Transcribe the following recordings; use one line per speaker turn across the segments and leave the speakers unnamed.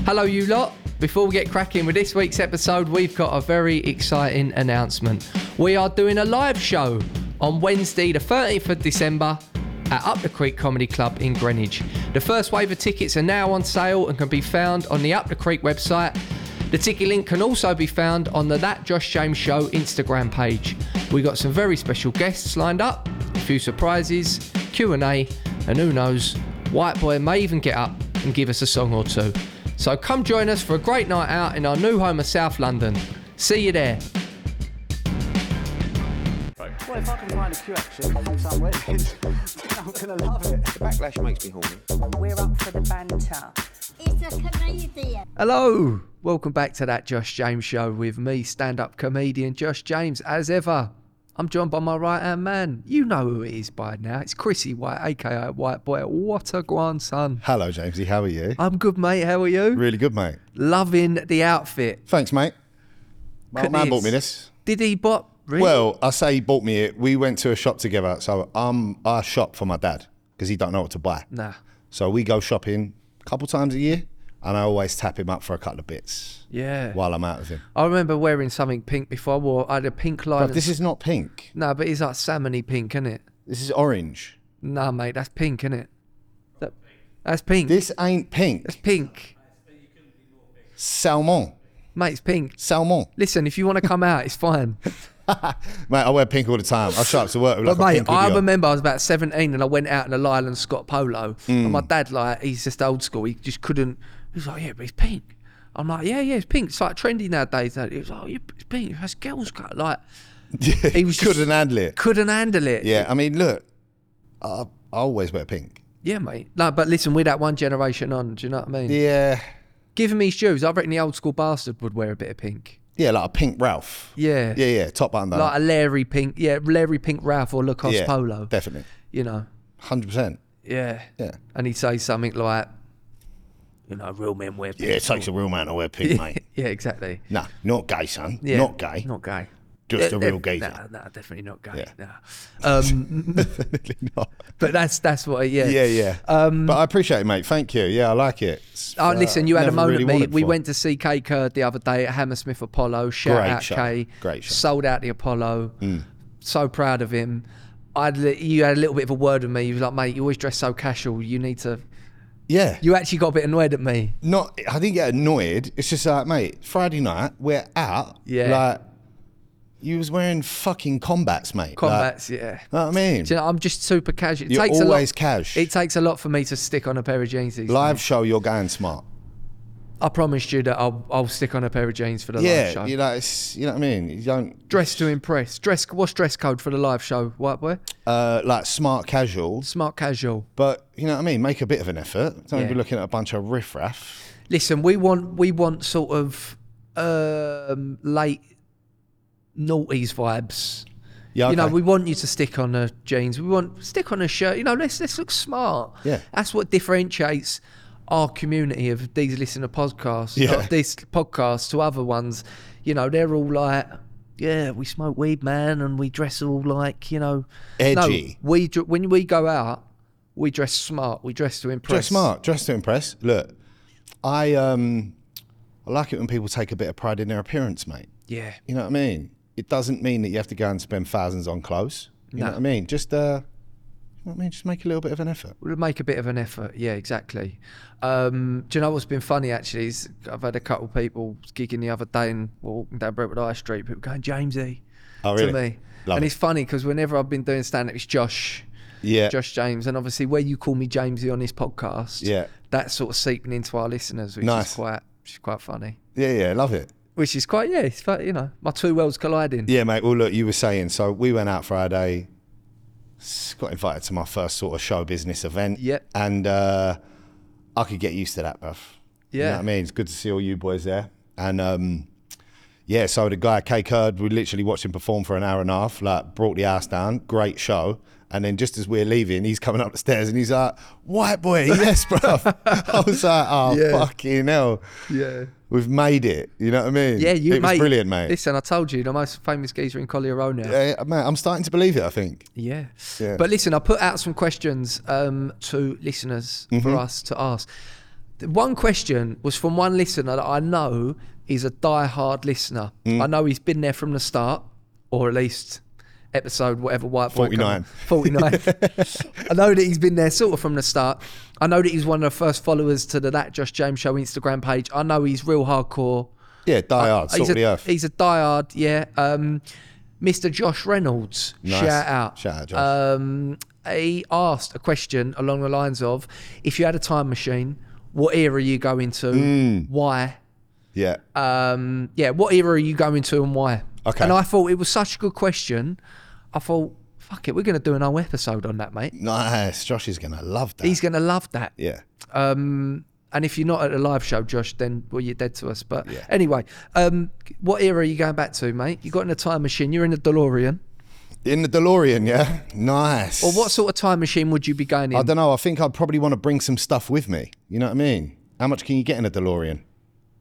Hello, you lot. Before we get cracking with this week's episode, we've got a very exciting announcement. We are doing a live show on Wednesday, the 30th of December, at Up the Creek Comedy Club in Greenwich. The first wave of tickets are now on sale and can be found on the Up the Creek website. The ticket link can also be found on the That Josh James Show Instagram page. We got some very special guests lined up, a few surprises, Q&A, and who knows, White Boy may even get up and give us a song or two. So come join us for a great night out in our new home of South London. See you there.
Well, if I can find a Q action from somewhere, then I'm gonna love it.
Backlash makes me horny.
We're up for the banter.
He's a comedian.
Hello, welcome back to that Josh James show with me, stand-up comedian Josh James. As ever, I'm joined by my right-hand man. You know who it is by now. It's Chrissy White, aka White Boy. What a grandson!
Hello, Jamesy. How are you?
I'm good, mate. How are you?
Really good, mate.
Loving the outfit.
Thanks, mate. My
Look at
old man bought me this.
Did he bot? Really?
Well, I say he bought me it. We went to a shop together. So um, I shop for my dad because he don't know what to buy.
nah.
So we go shopping a couple times a year, and I always tap him up for a couple of bits
Yeah.
while I'm out with him.
I remember wearing something pink before I wore. I had a pink line.
But this is not pink.
no, but it's like salmony pink, isn't it?
This is orange.
Nah, mate, that's pink, isn't it? That, that's pink.
This ain't
that's
pink.
pink,
Salmon.
mate. It's pink.
Salmon.
Listen, if you want to come out, it's fine.
Mate, I wear pink all the time. I show up to work with like
but
a
mate,
pink
I
hoodie on.
remember I was about 17 and I went out in a Lyle and Scott polo,
Hmm.
and my dad, like, he's just old school. He just couldn't. He was like, yeah, but it's pink. I'm like, yeah, yeah, it's pink. It's like trendy nowadays. He was like, oh, yeah, it's pink. That's girls' cut. Like,
Yeah,
He was just-
couldn't handle it.
couldn't handle it.
Yeah, I mean, look, I, I always wear pink.
Yeah, mate. No, but listen, we're that one generation on. Do you know what I mean?
Yeah.
Give him his shoes. I reckon the old school bastard would wear a bit of pink.
Yeah, like a pink Ralph.
Yeah.
Yeah, yeah, top button down.
Like a Larry Pink, yeah, Larry Pink Ralph or Lacoste
yeah,
Polo.
Definitely.
you know,
100%.
yeah.
Yeah.
And he'd say something like, you know, real men wear
Yeah, it takes a real man to wear pink, mate.
yeah, exactly.
Nah, not gay, son.
Yeah.
Not gay.
Not gay.
just a
Yeah,
real gazer.
Nah, nah, definitely not gay.
Yeah.
Nah. Um,
Definitely not.
but that's that's what. I- Yeah.
Yeah, yeah. Um, but I appreciate it, mate. Thank you. Yeah, I like it. It's,
Oh,
uh,
listen, you had a
never
moan
really
at me.
wanted
We
for.
went to see Kay Kurd the other day at Hammersmith Apollo. Shout
Great
out
show.
Kay.
Great show. Mm.
Sold out the Apollo. So proud of him. I'd, li- you had a little bit of a word with me. You were like, mate, you always dress so casual. You need to.
Yeah.
You actually got a bit annoyed at me.
not, I didn't get annoyed. It's just like, mate, Friday night, we're out.
Yeah.
Like, you was wearing fucking combats, mate. Like,
Combats, yeah.
know what I mean?
Do you know, I'm just super casual. It
You're
takes
always
a lot.
cash.
It takes a lot for me to stick on a pair of jeans. These
Live
days.
show, you're going smart.
I promised you that I'll, I'll stick on a pair of jeans for the live show.
Yeah, you know, it's, you know what I mean. You don't
Dress to impress. Dress. What's dress code for the live show, white boy?
uh, like smart casual,
Smart casual.
but you know what I mean. Make a bit of an effort. Don't
Yeah.
be looking at a bunch of riffraff.
Listen, we want we want sort of um, late noughties vibes.
Yeah,
You know,
okay.
we want you to stick on the jeans. We want stick on a shirt. You know, let's let's look smart.
Yeah.
that's what differentiates our community of these listener podcasts.
Yeah.
of these podcasts to other ones. You know, they're all like, yeah, we smoke weed, man, and we dress all like you know,
Edgy.
No, we dr- when we go out, we dress smart. We dress to impress.
dress smart, dress to impress. Look, I um, I like it when people take a bit of pride in their appearance, mate.
Yeah.
You know what I mean. It doesn't mean that you have to go and spend thousands on clothes. You
No.
know what I mean. Just uh, you know what I mean. Just make a little bit of an effort.
We'll make a bit of an effort. Yeah, exactly. Um, do you know what's been funny actually? Is I've had a couple of people gigging the other day and walking down Brentwood High Street, people going, Jamesy.
Oh,
To
really?
me.
Love
and
it.
it's funny because whenever I've been doing stand up, it's Josh,
Yeah.
Josh James. And obviously, where you call me Jamesy on this podcast,
Yeah.
that's sort of seeping into our listeners, which is
Nice.
quite, which is quite funny.
Yeah, yeah, love it.
Which is quite, yeah, it's, fu- you know, my two worlds colliding.
Yeah, mate. Well, look, you were saying so. We went out Friday. s- Got invited to my first sort of show business event.
Yep.
And uh, I could get used to that, bruv. You know
Yeah.
what I mean, it's good to see all you boys there. And um, yeah, so the guy K Curd, we literally watched him perform for an hour and a half. Like, brought the ass down. Great show. And then just as we're leaving, he's coming up the stairs and he's like, "White boy, yes, bruv. I was like, "Oh fucking hell,
Yeah.
we've made it." You know what I mean?
Yeah, you
It
mate,
was brilliant, mate.
Listen, I told you, the most famous geezer in Collioure now.
Uh, mate, I'm starting to believe it. I think.
Yeah.
Yeah.
But listen, I put out some questions um, to listeners for us to ask. one question was from one listener that I know is a die-hard listener. I know he's been there from the start, or at least episode whatever white boy come- 49 i know that he's been there sort of from the start i know that he's one of the first followers to the that just james show instagram page i know he's real hardcore
Yeah, die hard,
Uh, he's
salt
a,
Oh, of the earth.
He's a diehard, yeah. Um, Mr. Josh Reynolds,
Nice.
shout out.
Shout out, Josh.
Um, he asked a question along the lines of, if you had a time machine, what era are you going to?
Hmm.
Why?
Yeah.
Um, yeah, what era are you going to and why?
Okay.
And I thought it was such a good question. I thought, fuck it, we're going to do an whole episode on that, mate.
nice. Josh is going to love that.
He's going to love that.
yeah.
Um, and if you're not at a live show, Josh, then well, you're dead to us. But
Yeah.
anyway, um, what era are you going back to, mate? You got in a time machine. You're in a DeLorean.
In the DeLorean, yeah? Nice.
Well, what sort of time machine would you be going in?
I don't know. I think I'd probably want to bring some stuff with me. You know what I mean? How much can you get in a DeLorean?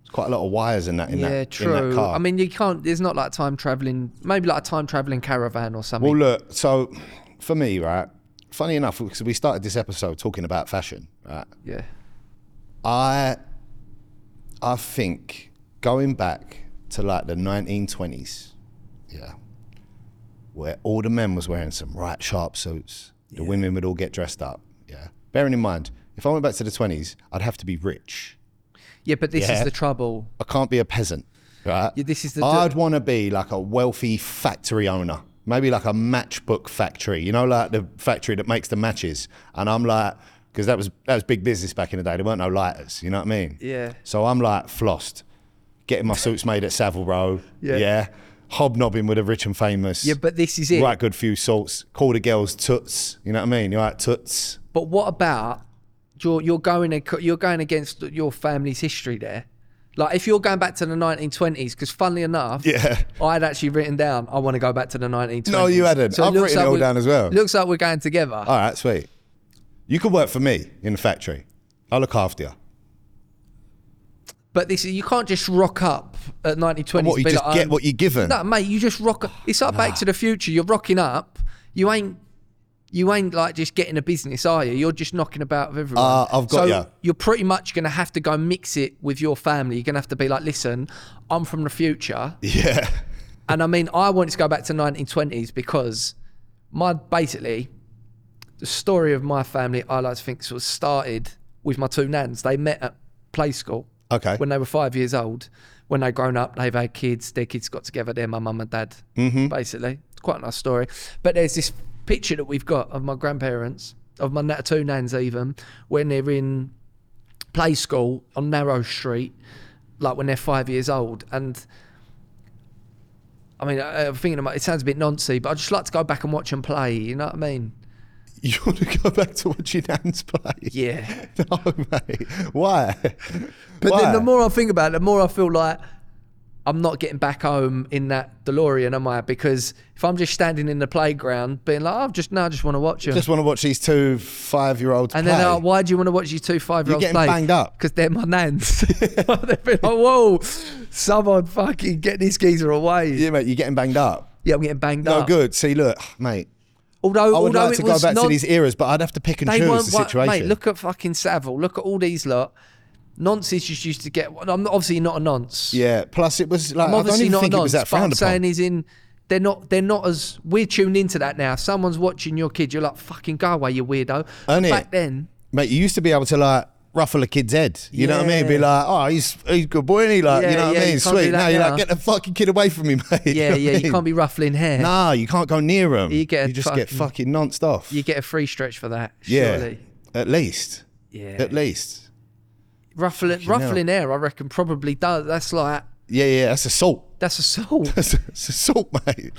It's quite a lot of wires in that. In
yeah,
that,
true.
In that car.
I mean, you can't. There's not like time traveling. Maybe like a time traveling caravan or something.
well, look. So, for me, right. Funny enough, because we started this episode talking about fashion, right?
yeah.
I, I think going back to like the 1920s, yeah, where all the men was wearing some right sharp suits, the women would all get dressed up, yeah. Bearing in mind, if I went back to the 20s, I'd have to be rich.
Yeah, but this
Yeah.
is the trouble.
I can't be a peasant, right?
Yeah, this is the-
I'd want to be like a wealthy factory owner, maybe like a matchbook factory. You know, like the factory that makes the matches. And I'm like, because that was that was big business back in the day. There weren't no lighters. You know what I mean?
Yeah.
So I'm like flossed, getting my suits made at Savile Row.
Yeah.
Yeah. Hobnobbing with the rich and famous.
Yeah, but this is it.
Right, good few salts. Call the girls toots. You know what I mean? You're like toots.
But what about you're you're going ac- you're going against your family's history there? Like if you're going back to the 1920s, because funnily enough,
Yeah.
I had actually written down I want to go back to the 1920s.
No, you hadn't. I've
looks
written it all
we're-
down as well.
Looks like we're going together.
All right, sweet. You could work for me in the factory. I'll look after you.
But this you can't just rock up at 1920s.
What
and
you
be
just
like,
get
"I'm-"
what you're given.
No, mate, you just rock up. It's like Back to the Future. You're rocking up. You ain't. You ain't like just getting a business, are you? You're just knocking about with everyone.
Ah, I've got
so
ya.
You're pretty much gonna have to go mix it with your family. You're gonna have to be like, listen, I'm from the future,
Yeah.
and I mean, I want to go back to 1920s because my basically the story of my family, I like to think, sort of started with my two nans. They met at play school
Okay.
when they were five years old. When they grown up, they've had kids. Their kids got together. They're my mum and dad, mm-hmm. basically. It's quite a nice story. But there's this picture that we've got of my grandparents, of my na- two nans even, when they're in play school on Narrow Street, like when they're five years old. And I mean, I, I'm thinking about it sounds a bit noncy, but I just like to go back and watch them play. You know what I mean?
You want to go back to watching Dan's play?
Yeah.
No, mate. Why?
But
Why?
then the more I think about it, the more I feel like I'm not getting back home in that DeLorean, am I? Because if I'm just standing in the playground, being like, I've just now, I just want to watch them.
just want to watch these two five-year-olds
and
play.
then they're like, why do you want to watch these two five year olds
You're getting
play?
banged up.
Because they're my nans. They've been like, whoa, someone fucking get this geezer away. Yeah,
yeah, mate, you're getting banged up.
I'm getting banged
No
up.
good. See, look, mate.
Although,
I would
Ah. although
like to
it
go
was
back to
non-
these eras, but I'd have to pick and
they
choose
weren't.
the
wa-
situation.
Mate, look at fucking Savile. Look at all these lot. Nonces just used to get. I'm obviously not a nonce.
yeah. Plus, it was like
I'm
I don't
obviously
even
not a
think it
nonce,
was that
but I'm
frowned
saying
upon.
he's in. They're not. They're not as. We're tuned into that now. If someone's watching your kid. You're like, fucking go away, you weirdo.
Ain't it?
Back then,
Mate, you used to be able to like ruffle a kid's head. You know what I mean? Be
Yeah.
like, oh, he's he's a good boy, and he like, you
Yeah,
know what
yeah,
I
you
mean?
can't do
Sweet.
that
Now you're
now.
like, get the fucking kid away from me, mate. You know
yeah,
what
yeah,
I
you
mean?
can't be ruffling hair.
Nah, you can't go near them.
You get a
just get
fucking-
fucking nonced off.
You get a free stretch for that.
yeah,
Surely.
at least.
Yeah.
At least.
Ruffling,
hell.
ruffling hair. I reckon probably does. That's like.
Yeah, yeah. That's assault.
That's assault.
That's, that's assault, mate.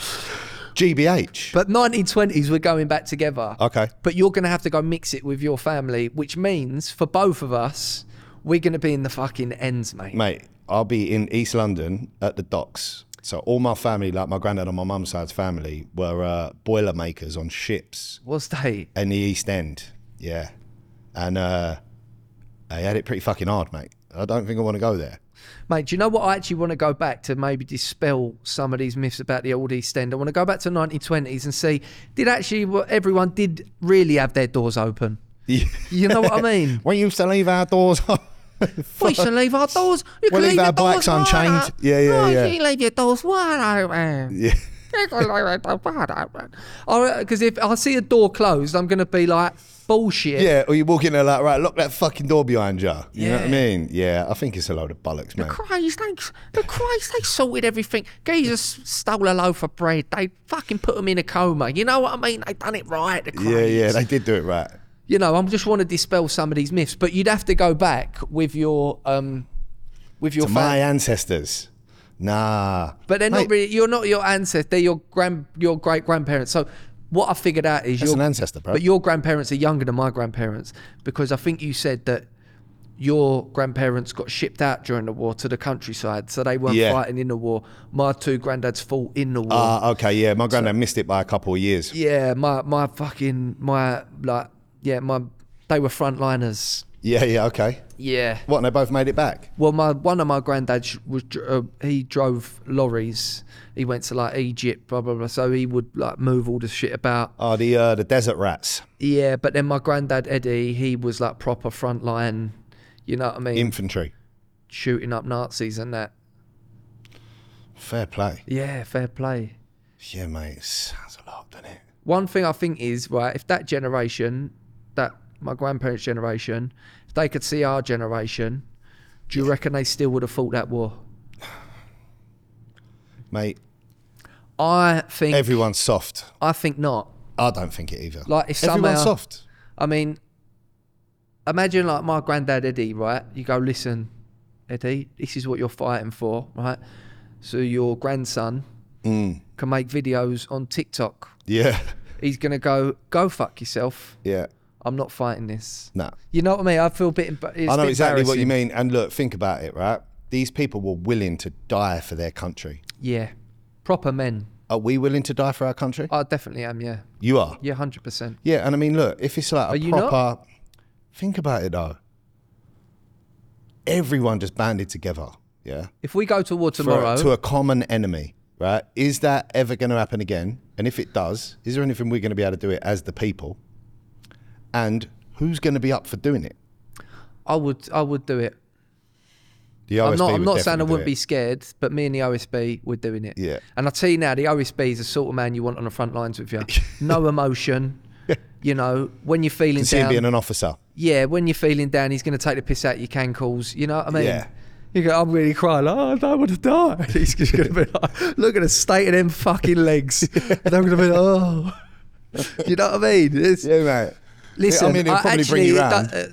GBH.
But 1920s, we're going back together.
Okay.
But you're going to have to go mix it with your family, which means for both of us, we're going to be in the fucking ends, mate.
mate, I'll be in East London at the docks. So all my family, like my granddad on my mum's side's family, were uh, boiler makers on ships
What's that?
in the East End. Yeah, and uh, they had it pretty fucking hard, mate. I don't think I want to go there.
Mate, do you know what? I actually want to go back to maybe dispel some of these myths about the old East End. I want to go back to 1920s and see did actually what everyone did really have their doors open? You know what I mean?
we used to leave our doors. open.
We should leave our doors. You
We'll
can
leave
your
our bikes
doors wide
unchained.
open.
Yeah, yeah,
no,
yeah.
You leave your doors wide open.
Yeah.
You can leave your doors wide open.
Because if I see a door closed, I'm going to be like, bullshit.
Yeah, or you walk in there like, right, lock that fucking door behind you. You know what I
Yeah.
mean? Yeah, I think it's a load of bollocks, man.
Christ, they, the Christ, they sorted everything. Geezers stole a loaf of bread. They fucking put them in a coma. You know what I mean? They done it right. The
Yeah, yeah,
Christ.
they did do it right.
You know, I am just want to dispel some of these myths, but you'd have to go back with your. um with your
To my
family.
ancestors. Nah.
But they're
Mate,
not really. You're not your ancestor. They're your grand, your great grandparents. So what I figured out is
That's
your
an ancestor, bro.
But your grandparents are younger than my grandparents because I think you said that your grandparents got shipped out during the war to the countryside, so they weren't
Yeah.
fighting in the war. My two granddads fought in the war.
Ah, okay, yeah. My granddad missed it by a couple of years.
yeah, my my fucking my like yeah my they were frontliners.
Yeah, yeah, okay.
Yeah.
What, and they both made it back?
Well, my one of my granddads was dr- uh, he drove lorries. He went to like Egypt, blah blah blah. So he would like move all this shit about.
Oh, the uh, the desert rats.
Yeah, but then my granddad Eddie, he was like proper frontline. You know what I mean?
Infantry.
Shooting up Nazis and that.
Fair play.
Yeah, fair play.
Yeah, mate, sounds a lot, doesn't it?
One thing I think is right if that generation, that my grandparents' generation, if they could see our generation, do you reckon they still would have fought that war?
Mate,
I think
everyone's soft.
I think not.
I don't think it either.
Like, if
everyone's
somehow-
soft.
I mean, imagine like my granddad Eddie, right? You go, listen, Eddie, this is what you're fighting for, right? So your grandson
Mm.
can make videos on TikTok.
Yeah,
He's gonna go, go fuck yourself.
yeah,
I'm not fighting this.
nah.
You know what I mean? I feel a bit. embar- It's
I
a
know
bit
exactly what you
embarrassing.
mean. And look, think about it, right? These people were willing to die for their country.
Yeah, proper men.
Are we willing to die for our country?
I definitely am. Yeah,
you are.
Uh, yeah, hundred percent.
Yeah, and I mean, look, if it's like a
Are you not?
proper. Think about it though. Everyone just banded together, yeah,
If we go to war
for-
tomorrow,
to a common enemy, right? Is that ever going to happen again? And if it does, is there anything we're going to be able to do it as the people? And who's going to be up for doing it?
I would, I would do it.
The
I'm not.
OSB
I'm
would
not saying I
definitely do
wouldn't be
it.
scared, but me and the OSB, we're doing it.
Yeah.
And I tell you now, the OSB is the sort of man you want on the front lines with you. No emotion. you know, when you're feeling
You see him
down.
being an officer.
yeah, when you're feeling down, he's going to take the piss out of your can calls. You know what I mean?
Yeah.
You go, I'm really crying. Like, oh, I don't want to die. He's just going to be like, look at the state of them fucking legs. and I'm going to be like, oh. you know what I mean? It's-
Yeah, mate.
Listen,
I mean, he'll probably bring you
it
round.
do- uh,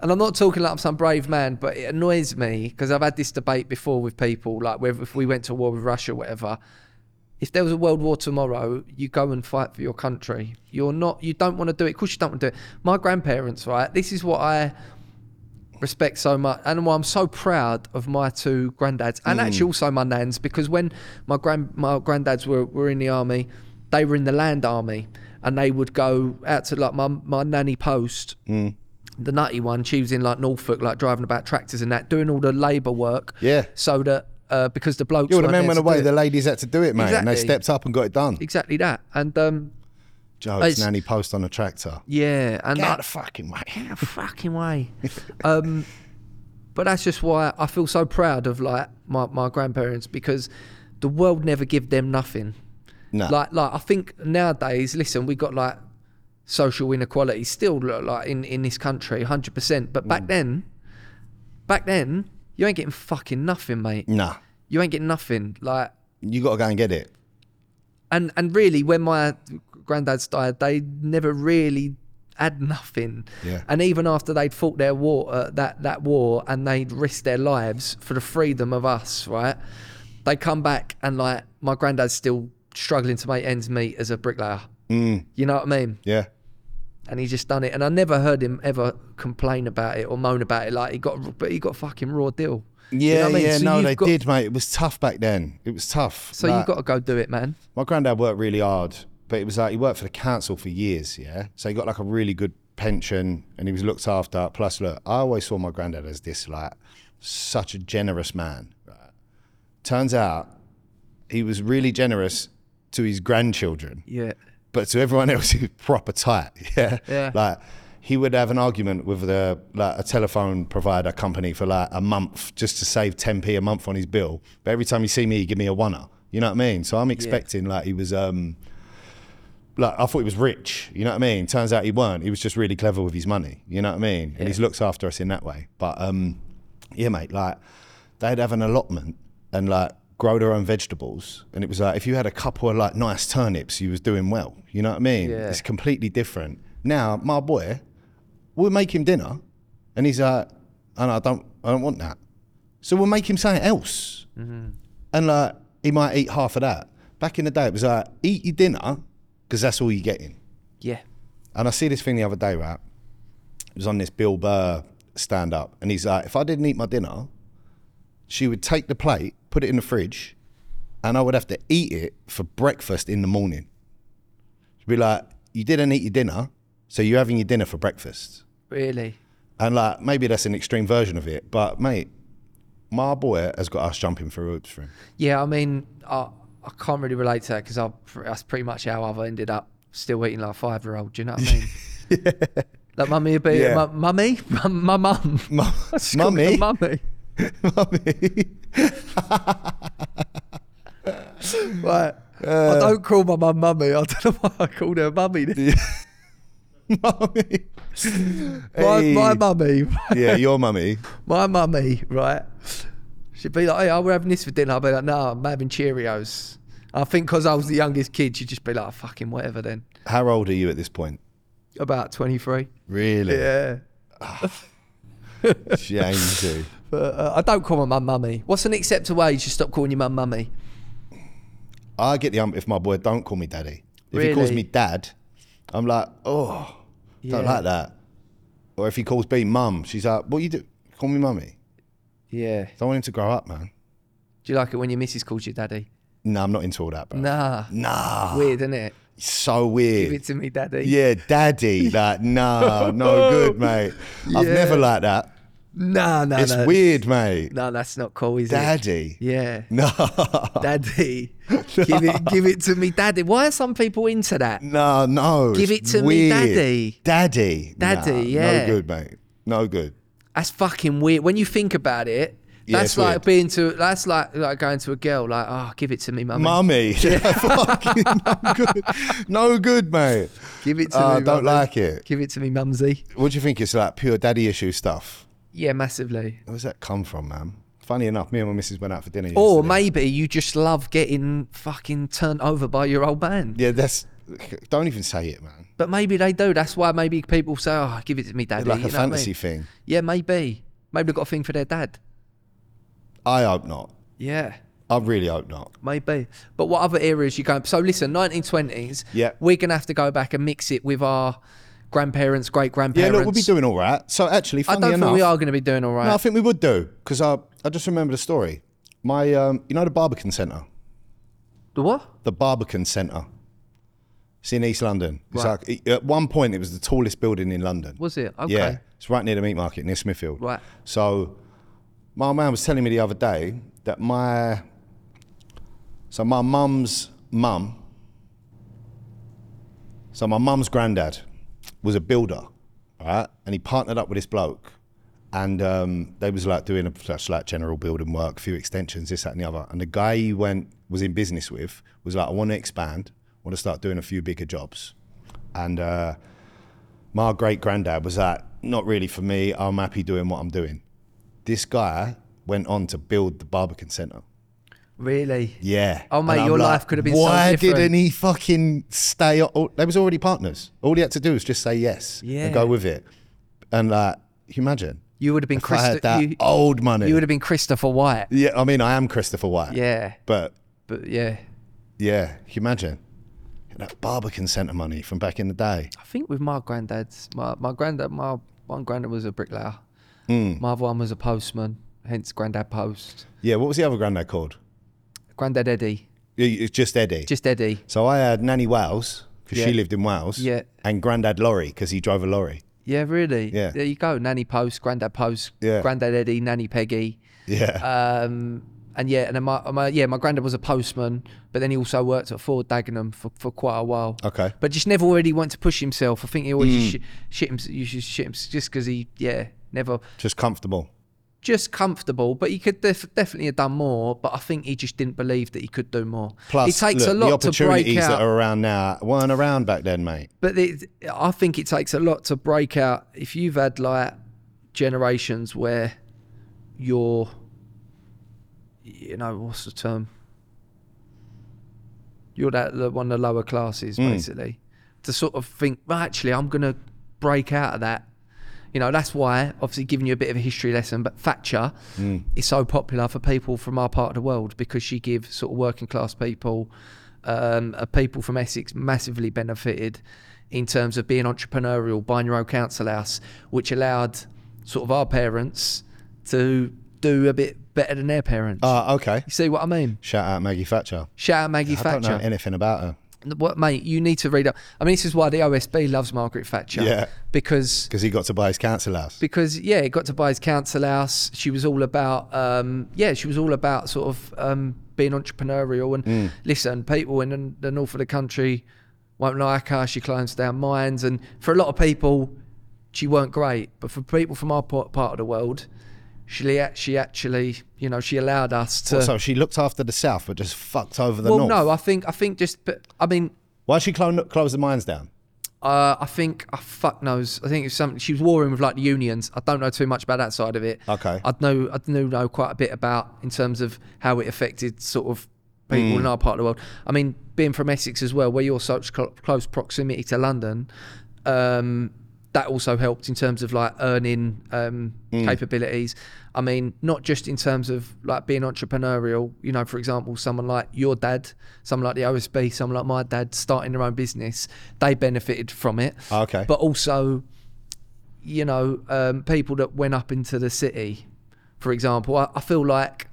and I'm not talking like I'm some brave man, but it annoys me because I've had this debate before with people, like whether if we went to war with Russia, or whatever. If there was a world war tomorrow, you go and fight for your country. You're not, you don't want to do it. Of course, you don't want to do it. My grandparents, right? This is what I respect so much, and why I'm so proud of my two granddads, and
Hmm.
actually also my nans, because when my grand my granddads were, were in the army, they were in the land army, and they would go out to like my my nanny post.
Hmm.
The nutty one, she was in like Norfolk, like driving about tractors and that, doing all the labour work.
Yeah.
So that uh, because the blokes.
Yeah, well, the
weren't
men
there
went
to do
away.
it.
The ladies had to do it, mate, and they
Exactly.
stepped up and got it done.
Exactly that, and um,
Joe, it's
It's-
nanny post on a tractor.
yeah, and
Get
I-
out of the fucking way.
out of the fucking way. um, but that's just why I feel so proud of like my, my grandparents because the world never give them nothing.
No.
Like like I think nowadays, listen, we got like social inequality still look like in, in this country, hundred percent. But back then, back then, you ain't getting fucking nothing, mate.
Nah.
You ain't getting nothing. Like
You got to go and get it.
and and really when my granddads died they never really had nothing
Yeah.
and even after they'd fought their war uh, that that war and they'd risked their lives for the freedom of us right they come back and like my granddad's still struggling to make ends meet as a bricklayer
Mm.
you know what i mean
Yeah.
and he just done it and i never heard him ever complain about it or moan about it like he got but he got a fucking raw deal You know
Yeah,
what I mean?
yeah,
So
no,
you've
they
got-
did, mate. It was tough back then. It was tough.
so
Like,
you've got to go do it man
My granddad worked really hard, but it was like he worked for the council for years, yeah? So he got like a really good pension and he was looked after. Plus, look, I always saw my granddad as this, like, such a generous man. Right? Turns out he was really generous to his grandchildren
yeah
but to everyone else, he was proper tight. Yeah.
Yeah.
Like he would have an argument with the like a telephone provider company for like a month just to save 10p a month on his bill. But every time you see me, he give me a oneer. You know what I mean? So I'm expecting like he was um like I thought he was rich. You know what I mean? Turns out he weren't. He was just really clever with his money. You know what I mean? And he's looked after us in that way. But um, yeah, mate, like they'd have an allotment and like grow their own vegetables, and it was like if you had a couple of like nice turnips, you was doing well. You know what I mean?
Yeah.
It's completely different. Now my boy, we'll make him dinner, and he's like, and I don't, I don't want that. So we'll make him something else and like he might eat half of that. Back in the day, it was like eat your dinner because that's all you're getting.
Yeah.
And I see this thing the other day, right? It was on this Bill Burr stand up, and he's like, if I didn't eat my dinner, she would take the plate, put it in the fridge, and I would have to eat it for breakfast in the morning. She'd be like, you didn't eat your dinner, so you're having your dinner for breakfast.
Really?
And like maybe that's an extreme version of it, but mate, my boy has got us jumping through hoops for him.
Yeah, I mean, I, I can't really relate to that because that's pretty much how I've ended up still eating like a five year old. Do you know what I mean? Like, mummy, a bit,
Yeah.
mu- mummy, Mum- my mum.
Mum-
I just called her
Mummy?
Mummy.
mummy.
Right.
Uh.
I don't call my mum mummy. I don't know why I called her mummy.
mummy.
My,
Hey.
my mummy.
Yeah, your mummy.
my mummy, right? She'd be like, hey, oh, we're having this for dinner. I'd be like, no, I'm having Cheerios. I think because I was the youngest kid, she'd just be like, fucking whatever then.
How old are you at this point?
About 23.
Really?
Yeah.
Shame too.
But uh, I don't call my mum mummy. What's an acceptable age to stop calling your mum mummy?
I get the ump if my boy don't call me daddy. If he calls
Really?
me dad, I'm like, oh, don't
Yeah.
like that. Or if he calls me mum, she's like, what you do? Call me mummy.
Yeah.
Don't want him to grow up, man.
Do you like it when your missus calls you daddy?
Nah, I'm not into all that, bro.
Nah.
Nah,
Weird, isn't it?
it's so
Give
weird.
it to me, daddy.
yeah, daddy. Like, nah, no good, mate. I've
Yeah.
never liked that.
Nah, nah,
It's
nah.
weird, mate.
No, that's not cool, is it?
Daddy.
Yeah.
No.
Daddy. give, it, give it to me, daddy. Why are some people into that?
No, no.
Give
it's
it to me,
weird.
daddy.
Daddy.
Daddy,
Nah,
yeah.
No good, mate. No good.
That's fucking weird. When you think about it,
Yeah,
that's
it's
like
weird.
being to that's like like going to a girl like, oh, give it to me, mummy.
Mummy. Fucking no good. No good, mate.
give it to
Ah, I
me.
don't
mummy.
like it.
Give it to me, mumsy.
What do you think? It's like pure daddy issue stuff.
Yeah, massively.
Where's that come from, man? Funny enough, me and my missus went out for dinner.
Or
yesterday.
maybe you just love getting fucking turned over by your old man.
Yeah, that's. Don't even say it, man.
But maybe they do. That's why maybe people say, "Oh, give it to me, daddy."
like
you
a
know what I mean?
fantasy thing.
Yeah, maybe. Maybe they've got a thing for their dad.
I hope not.
Yeah.
I really hope not.
Maybe. But what other areas you going? So listen, 1920s.
Yeah.
We're gonna have to go back and mix it with our grandparents, great
Yeah,
grandparents.
look, we'll be doing all right. So actually,
I
funny
don't
enough,
think we are gonna be doing all right.
No, I think we would do because I, I just remember the story. My, um, you know, the Barbican Centre,
the what?
the Barbican Centre. It's in East London. It's
Right.
like it- at one point it was the tallest building in London.
Was it? Okay.
Yeah, it's right near the meat market near Smithfield.
Right.
So, my man was telling me the other day that my, so my mum's mum, so my mum's granddad was a builder, right? And he partnered up with this bloke, and um, they was like doing a such like general building work, few extensions, this, that, and the other. And the guy he went was in business with was like, I want to expand, want to start doing a few bigger jobs, and. Uh, my great granddad was like, not really for me. I'm happy doing what I'm doing. This guy went on to build the Barbican Centre.
Really?
Yeah.
Oh, mate,
And I'm
your
like,
life could have been so
Why
different."
didn't he fucking stay? o- oh, They was already partners. All he had to do was just say yes
Yeah.
and go with it. And like, can you imagine?
You would have been
If I had
Christo-
that
you,
old money.
you would have been Christopher White.
yeah, I mean, I am Christopher White.
Yeah.
But
But yeah.
yeah, can you imagine? That Barbican Centre money from back in the day.
I think with my granddad's, my, my granddad, my one granddad was a bricklayer.
Mm.
My other one was a postman, hence Granddad Post.
Yeah, what was the other granddad called?
Granddad Eddie,
It- It's just Eddie.
just Eddie.
So I had Nanny Wales because
Yeah.
she lived in Wales.
Yeah.
And Grandad Lorry because he drove a lorry.
Yeah, really.
Yeah.
There you go. Nanny Post, Granddad Post,
Yeah.
Granddad Eddie, Nanny Peggy.
Yeah.
Um, and yeah, and then my, my yeah, my granddad was a postman, but then he also worked at Ford Dagenham for, for quite a while.
Okay. Mm.
but just never really wanted to push himself. I think he always just shit, shit himself, used to shit himself just because he yeah never
Just comfortable.
just comfortable, but he could def- definitely have done more. But I think he just didn't believe that he could do more.
Plus,
it takes a
look,
lot
the
to
opportunities
break out.
that are around now weren't around back then, mate.
but it, I think it takes a lot to break out. If you've had like generations where you're, you know, what's the term? You're that the one of the lower classes, basically. To sort of think, well, actually, I'm gonna break out of that. You know, that's why, obviously, giving you a bit of a history lesson, but Thatcher is so popular for people from our part of the world because she gives sort of working class people, um, uh, people from Essex massively benefited in terms of being entrepreneurial, buying your own council house, which allowed sort of our parents to do a bit better than their parents.
Ah, okay.
you see what I mean?
Shout out Maggie Thatcher.
Shout out Maggie
I don't
Thatcher.
know anything about her
what, mate, you need to read up. I mean, this is why the OSB loves Margaret Thatcher.
Yeah.
Because
because he got to buy his council house.
because yeah, it got to buy his council house. She was all about um, yeah, she was all about sort of um, being entrepreneurial and
Mm.
listen, people in the- the north of the country won't like her. She climbs down mines, and for a lot of people, she weren't great. But for people from our part, part of the world, she act- she actually you know she allowed us to.
so she looked after the south, but just fucked over the
uh, well,
north.
no, I think I think just but I mean
Why'd she clone, close the mines down?
Uh, I think I fuck knows. I think it was something she was warring with like the unions. I don't know too much about that side of it.
Okay.
I'd know I'd know, know quite a bit about in terms of how it affected sort of people in our part of the world. I mean, being from Essex as well, where you're such cl- close proximity to London, um, that also helped in terms of like earning um, capabilities. I mean, not just in terms of like being entrepreneurial. You know, for example, someone like your dad, someone like the OSB, someone like my dad, starting their own business, they benefited from it.
Okay.
But also, you know, um, people that went up into the city, for example, I, I feel like.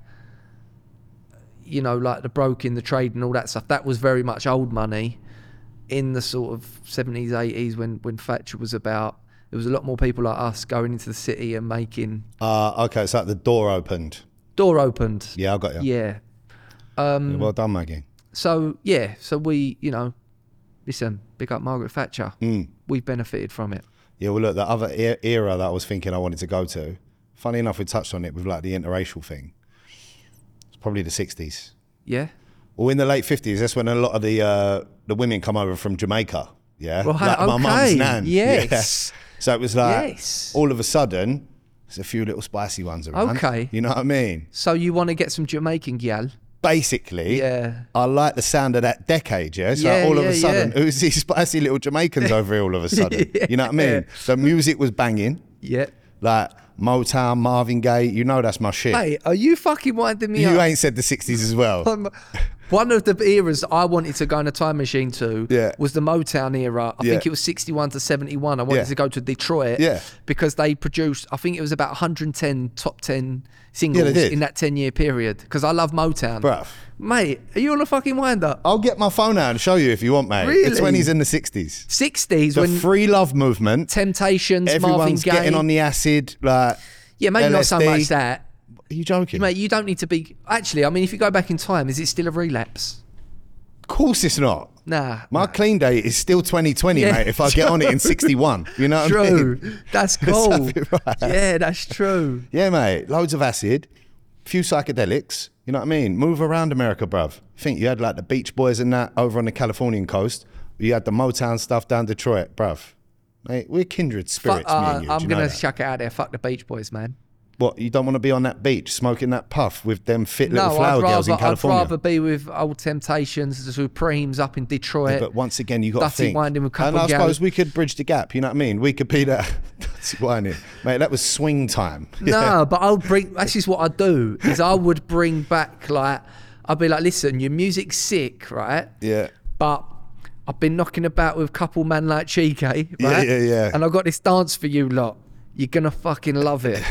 You know, like the broken, the trade, and all that stuff. That was very much old money in the sort of 70s, 80s when when Thatcher was about, there was a lot more people like us going into the city and making
Uh, okay, it's like the door opened.
door opened.
Yeah, I got you.
Yeah.
Well done, Maggie.
So yeah, so we, you know, listen, big up Margaret Thatcher. We benefited from it.
Yeah, well, look, the other e- era that I was thinking I wanted to go to, funny enough, we touched on it with like the interracial thing. It's probably the 60s.
Yeah.
Well, in the late 50s, that's when a lot of the uh, the women come over from Jamaica. Yeah.
Right,
like my mum's
okay.
nan.
Yes.
Yeah. So it was like,
Yes.
all of a sudden, there's a few little spicy ones around.
Okay.
You know what I mean?
So you want to get some Jamaican gal?
Basically,
Yeah.
I like the sound of that decade, yeah? So
Yeah,
all of
yeah,
a sudden,
yeah.
who's these spicy little Jamaicans over here all of a sudden? You know what I mean? So music was banging,
Yeah.
like Motown, Marvin Gaye, you know that's my shit.
Hey, are you fucking winding me up?
you ain't said the 60s as well.
Um, one of the eras that I wanted to go in a time machine to
Yeah.
was the Motown era. I
Yeah.
think it was 61 to 71. I wanted
Yeah.
to go to Detroit
Yeah.
because they produced, I think it was about 110 top 10 singles
did.
in that 10 year period because I love Motown.
Bruv.
Mate, are you on a fucking wind up?
I'll get my phone out and show you if you want, mate.
Really?
The 20s and the 60s.
60s
The
when
free love movement.
Temptations, Marvin
Everyone's
Gaye.
getting on the acid. Like,
yeah, maybe not so
LSD.
much that.
Are you joking?
Mate, you don't need to be. Actually, I mean, if you go back in time, is it still a relapse?
of course it's not.
Nah.
My clean day is still 2020,
Yeah,
mate. If I get on it in 61, you know what I
True.
mean?
That's cool.
Something right.
Yeah, that's true.
Yeah, mate. Loads of acid, few psychedelics. You know what I mean? Move around America, bruv. Think you had like the Beach Boys and that over on the Californian coast. You had the Motown stuff down Detroit, bruv. Mate, we're kindred
Fuck,
spirits, me
uh,
and you. do
I'm
you know
gonna
that?
chuck it out there. Fuck the Beach Boys, man.
What, you don't want to be on that beach smoking that puff with them fit little
No,
flower
I'd rather,
girls in
I'd
California?
rather be with Old Temptations, the Supremes up in Detroit.
but once again, you got to
Dusty
think.
Winding with
and
Couple
I
Gal-
suppose we could bridge the gap. You know what I mean? We could be that. Dusty Winding, mate. That was swing time.
No, but I'll bring. This is what I do: is I would bring back like I'd be like, listen, your music's sick, right?
Yeah.
But I've been knocking about with a couple man like Chike, right?
Yeah, yeah, yeah.
And I got this dance for you lot. You're gonna fucking love it.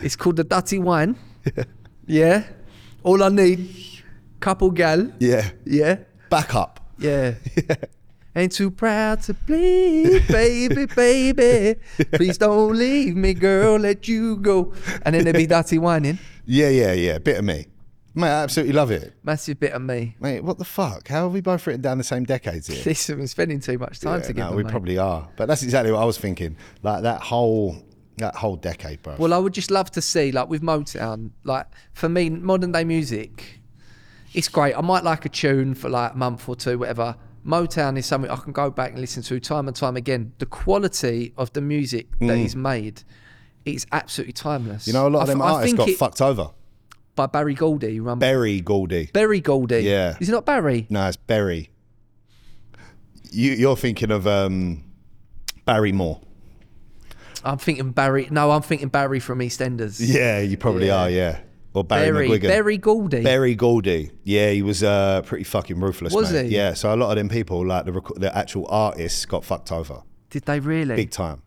it's called the Dutty Wine. yeah. All I need, couple gal.
Yeah.
Yeah.
Back up.
Yeah. Ain't too proud to bleed, baby, baby. Please don't leave me, girl. Let you go. And then there'd be Dottie whining.
Yeah, yeah, yeah. Bit of me. Mate, I absolutely love it.
Massive bit of me.
Mate, what the fuck? How have we both written down the same decades here?
Listen, we're spending too much time
Yeah,
together.
no, we
mate.
probably are. But that's exactly what I was thinking. Like that whole that whole decade, bro.
Well, I would just love to see, like with Motown, like for me, modern day music, it's great. I might like a tune for like a month or two, whatever. Motown is something I can go back and listen to time and time again. The quality of the music that is made is absolutely timeless.
Mm. you know, a lot of
I th-
them
I
artists
think
got
it-
fucked over.
by Barry Goldie. You remember?
Berry Goldie.
Barry Goldie.
Yeah.
Is it not Barry?
No, it's Berry. You, you're thinking of um, Barry Moore.
I'm thinking Barry. No, I'm thinking Barry from EastEnders.
Yeah, you probably
Yeah.
are. Yeah, or Barry,
Barry.
McGuigan.
Barry Goldie.
Barry Goldie. Yeah, he was uh, pretty fucking ruthless.
Was
mate.
he?
Yeah. So a lot of them people, like the rec- the actual artists, got fucked over
Did they really?
big time.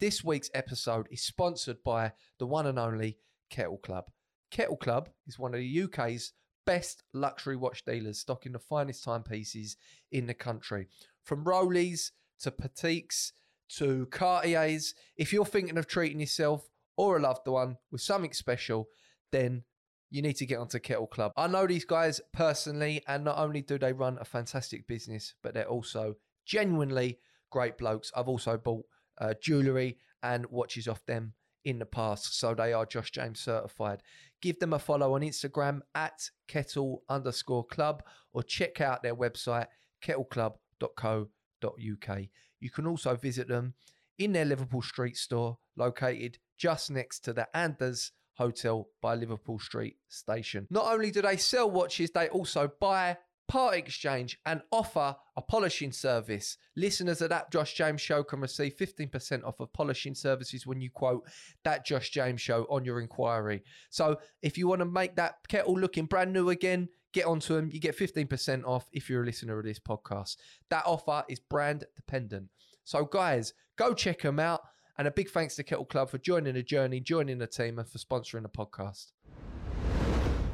This week's episode is sponsored by the one and only Kettle Club. Kettle Club is one of the UK's best luxury watch dealers, stocking the finest timepieces in the country. From Rolex to Petites to Cartiers, if you're thinking of treating yourself or a loved one with something special, then you need to get onto Kettle Club. I know these guys personally, and not only do they run a fantastic business, but they're also genuinely great blokes. I've also bought uh, jewellery and watches off them in the past, so they are Josh James certified. Give them a follow on Instagram at kettle underscore club or check out their website kettleclub.co.uk. You can also visit them in their Liverpool Street store, located just next to the Anders Hotel by Liverpool Street Station. Not only do they sell watches, they also buy, part exchange, and offer a polishing service. Listeners of that Josh James show can receive 15% off of polishing services when you quote that Josh James show on your inquiry. So if you want to make that kettle looking brand new again, get onto them. You get 15% off if you're a listener of this podcast. That offer is brand dependent. So, guys, go check them out. And a big thanks to Kettle Club for joining the journey, joining the team, and for sponsoring the podcast.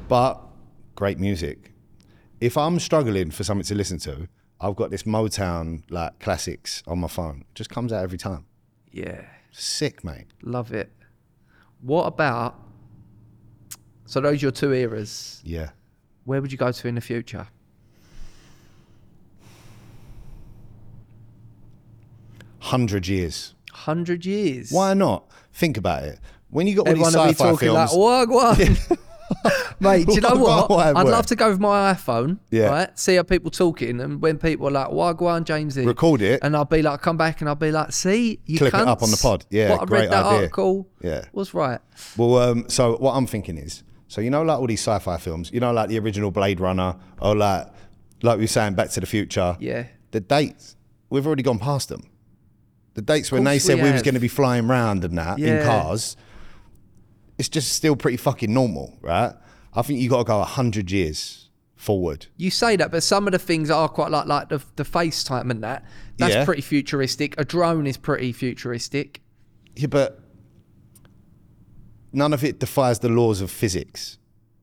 but great music. If I'm struggling for something to listen to, I've got this Motown like classics on my phone. Just comes out every time.
Yeah,
Sick, mate.
love it. What about? So those are your two eras.
Yeah.
Where would you go to in the future?
Hundred years.
Hundred years.
Why not? Think about it. When you got all
Everyone
these
will be
sci-fi
talking
films,
like wagwan. Mate, do you know what?
Wagwan,
I'd
what?
love to go with my iPhone,
Yeah.
right? See how people talking, and when people are like Wagwan Jamesy,
record it.
and I'll be like, come back, and I'll be like, see, you
Clip it up
cunts.
on the pod. Yeah,
what, I
great
read that
idea.
article.
Yeah.
was right.
Well, um, so what I'm thinking is, so you know, like all these sci-fi films, you know, like the original Blade Runner, or like, like we were saying, Back to the Future.
Yeah.
The dates we've already gone past them. The dates when they
course
said
we
we, was
have.
going to be flying round and that
Yeah.
in cars, it's just still pretty fucking normal, right? I think you got to go hundred years forward.
You say that, but some of the things are quite like like the the FaceTime and that. That's
Yeah.
pretty futuristic. A drone is pretty futuristic.
Yeah, but none of it defies the laws of physics,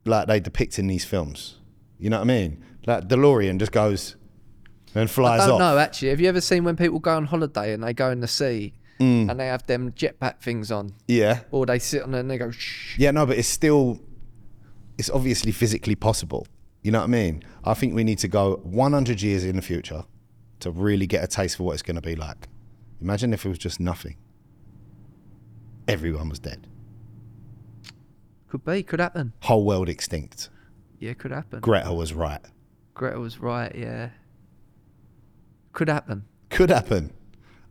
like they depict in these films. You know what I mean? Like DeLorean just goes and flies
I don't
off.
know Oh, actually. Have you ever seen when people go on holiday and they go in the sea
Mm.
and they have them jetpack things on,
Yeah,
or they sit on it and they go shh.
yeah, no, but it's still, it's obviously physically possible. You know what I mean? I think we need to go 100 years in the future to really get a taste for what it's going to be like. Imagine if it was just nothing. Everyone was dead.
Could be, could happen.
Whole world extinct.
Yeah, could happen.
Greta was right.
Greta was right. Yeah, could happen.
Could happen.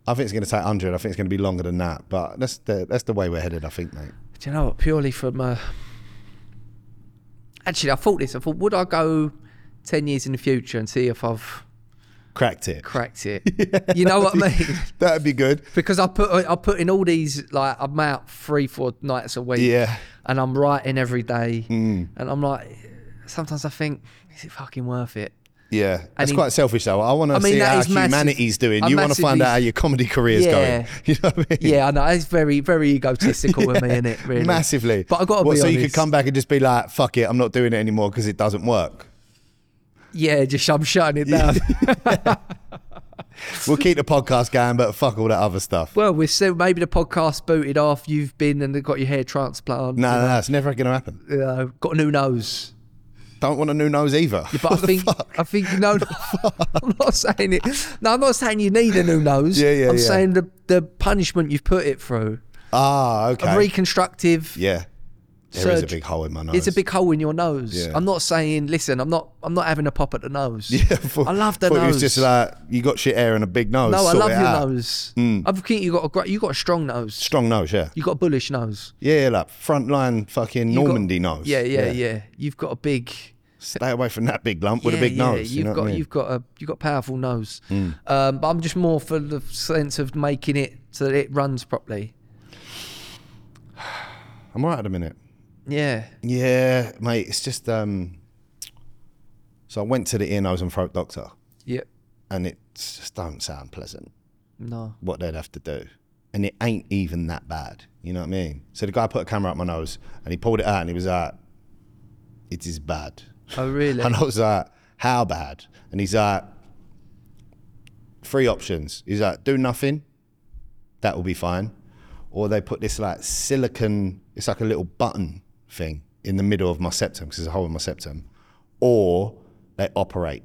I think it's going to take 100. I think it's going to be longer than that. But that's the that's the way we're headed, I think, mate.
Do you know what? Purely from. Uh... Actually, I thought this. I thought, would I go ten years in the future and see if I've
Cracked it.
cracked it? you know what I mean?
That'd be good.
Because I put I put in all these like I'm out three four nights a week.
Yeah.
And I'm writing every day, and I'm like, sometimes I think, is it fucking worth it?
Yeah. That's
he-
quite selfish, though. I want to
I mean,
see
that
how
is massive-
humanity's doing.
I
You want to find
massively-
out how your comedy career's
Yeah.
going. You know what I mean?
Yeah, I know it's very very egotistical with me in it, really
Massively.
But I gotta
What,
be
So you could
honest.
come back and just be like, fuck it, I'm not doing it anymore because it doesn't work.
Yeah, just I'm shutting it down.
We'll keep the podcast going, but fuck all that other stuff.
Well, we're still maybe the podcast booted off. You've been and got your hair transplant.
No, no, no, it's never going to happen.
you know, got a new nose.
Don't want a new nose either.
But I think I think no, no I'm not saying it. No, I'm not saying you need a new nose.
Yeah, yeah,
I'm
yeah.
saying the the punishment you've put it through.
Ah, okay.
Reconstructive.
yeah. There is a
surg-
big hole in my nose.
It's a big hole in your nose.
Yeah.
I'm not saying. Listen, I'm not. I'm not having a pop at the nose.
Yeah, thought-
I love the
thought
nose.
It was just like you got shit hair and a big nose.
no, I
sort
love
it
your
out. Mm.
nose. I think you got a great. You got a strong nose.
Strong nose, yeah.
You got a bullish nose.
Yeah, like frontline fucking
You got-
Normandy nose.
Yeah, yeah, yeah, You've got a big.
Stay away from that big lump with
yeah,
a big
yeah,
nose.
You've
you know
got
what I mean? Mm.
you've got a you've got a powerful nose. Um, but I'm just more for the sense of making it so that it runs properly.
I'm all right at a minute.
Yeah.
Yeah, mate. It's just um. So I went to the ear, nose, and throat doctor,
Yep.
and it just don't sound pleasant.
No.
What they'd have to do, and it ain't even that bad. You know what I mean? So the guy put a camera up my nose, and he pulled it out, and he was like, "It is bad."
Oh really?
And I was like, how bad? And he's like, three options. He's like, do nothing. That will be fine. Or they put this like silicon, it's like a little button thing in the middle of my septum because there's a hole in my septum. Or they operate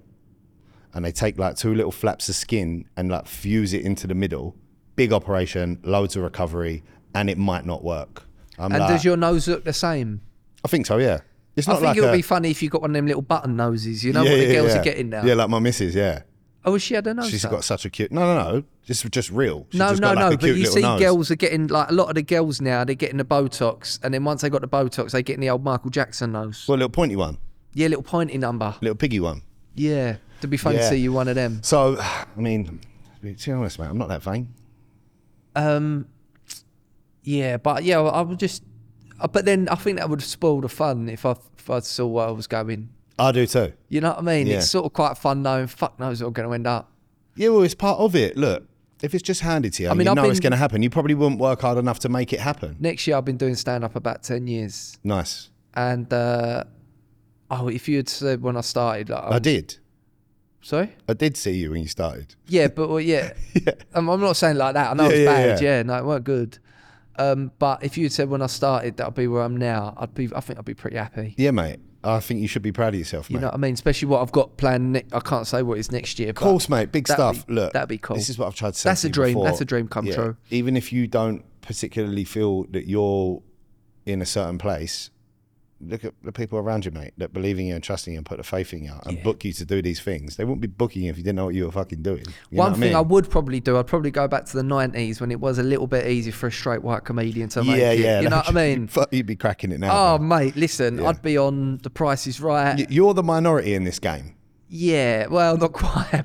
and they take like two little flaps of skin and like fuse it into the middle. Big operation, loads of recovery, and it might not work. I'm
and
like,
does your nose look the same?
I think so, yeah. It's
I
not
think
like
it would
a-
be funny if you got one of them little button noses. You know what the girls are getting now.
Yeah, like my missus, yeah.
oh, has she had a nose.
She's
done?
got such a cute. No, no, no. It's just real. She's
no,
just
no,
got, like,
no.
A
But
cute
you
little
see,
nose.
girls are getting like a lot of the girls now. They're getting the Botox, and then once they got the Botox, they getting the old Michael Jackson nose.
Well, a little pointy one,
Yeah, little pointy number.
little piggy one.
Yeah, to be fun to
Yeah.
see you one of them.
So, I mean, to be honest, mate, I'm not that vain.
Yeah, but yeah, I would just. uh, But then I think that would spoil the fun if I if I saw where I was going.
I do too.
You know what I mean?
Yeah.
It's sort of quite fun knowing. Fuck knows what I'm going to end up.
Yeah, well, it's part of it. Look, if it's just handed to you, I
mean,
you
I've
know it's
been-
going to happen. You probably wouldn't work hard enough to make it happen.
Next year, I've been doing stand up about ten years.
Nice.
and uh, oh, if you had said when I started, like,
I
I'm-
did.
Sorry.
I did see you when you started.
Yeah, but well, yeah, I'm, I'm not saying like that. I know
Yeah,
it's
yeah,
bad. Yeah.
yeah.
no, it weren't good. Um, but if you had said when I started that I'd be where I'm now, I'd be. I think I'd be pretty happy.
Yeah, mate. I think you should be proud of yourself, mate.
You know what I mean? Especially what I've got planned. Ne- I can't say what is next year. Of
course, mate. Big
that'd
stuff.
be-
Look,
that'd be cool.
This is what I've tried to say.
That's
to
a
you
dream.
before.
That's a dream come true.
Even if you don't particularly feel that you're in a certain place, look at the people around you, mate, that believe in you and trusting you and put the faith in you and book you to do these things. They wouldn't be booking you if you didn't know what you were fucking doing. You
One
know what
thing I
I mean?
would probably do, I'd probably go back to the '90s when it was a little bit easier for a straight white comedian to make
yeah,
it.
yeah.
you know what I mean?
Fuck, you'd be cracking it now.
Oh, mate, listen, I'd be on The Price Is Right.
mate. You're the minority in this game.
yeah, well, not quite.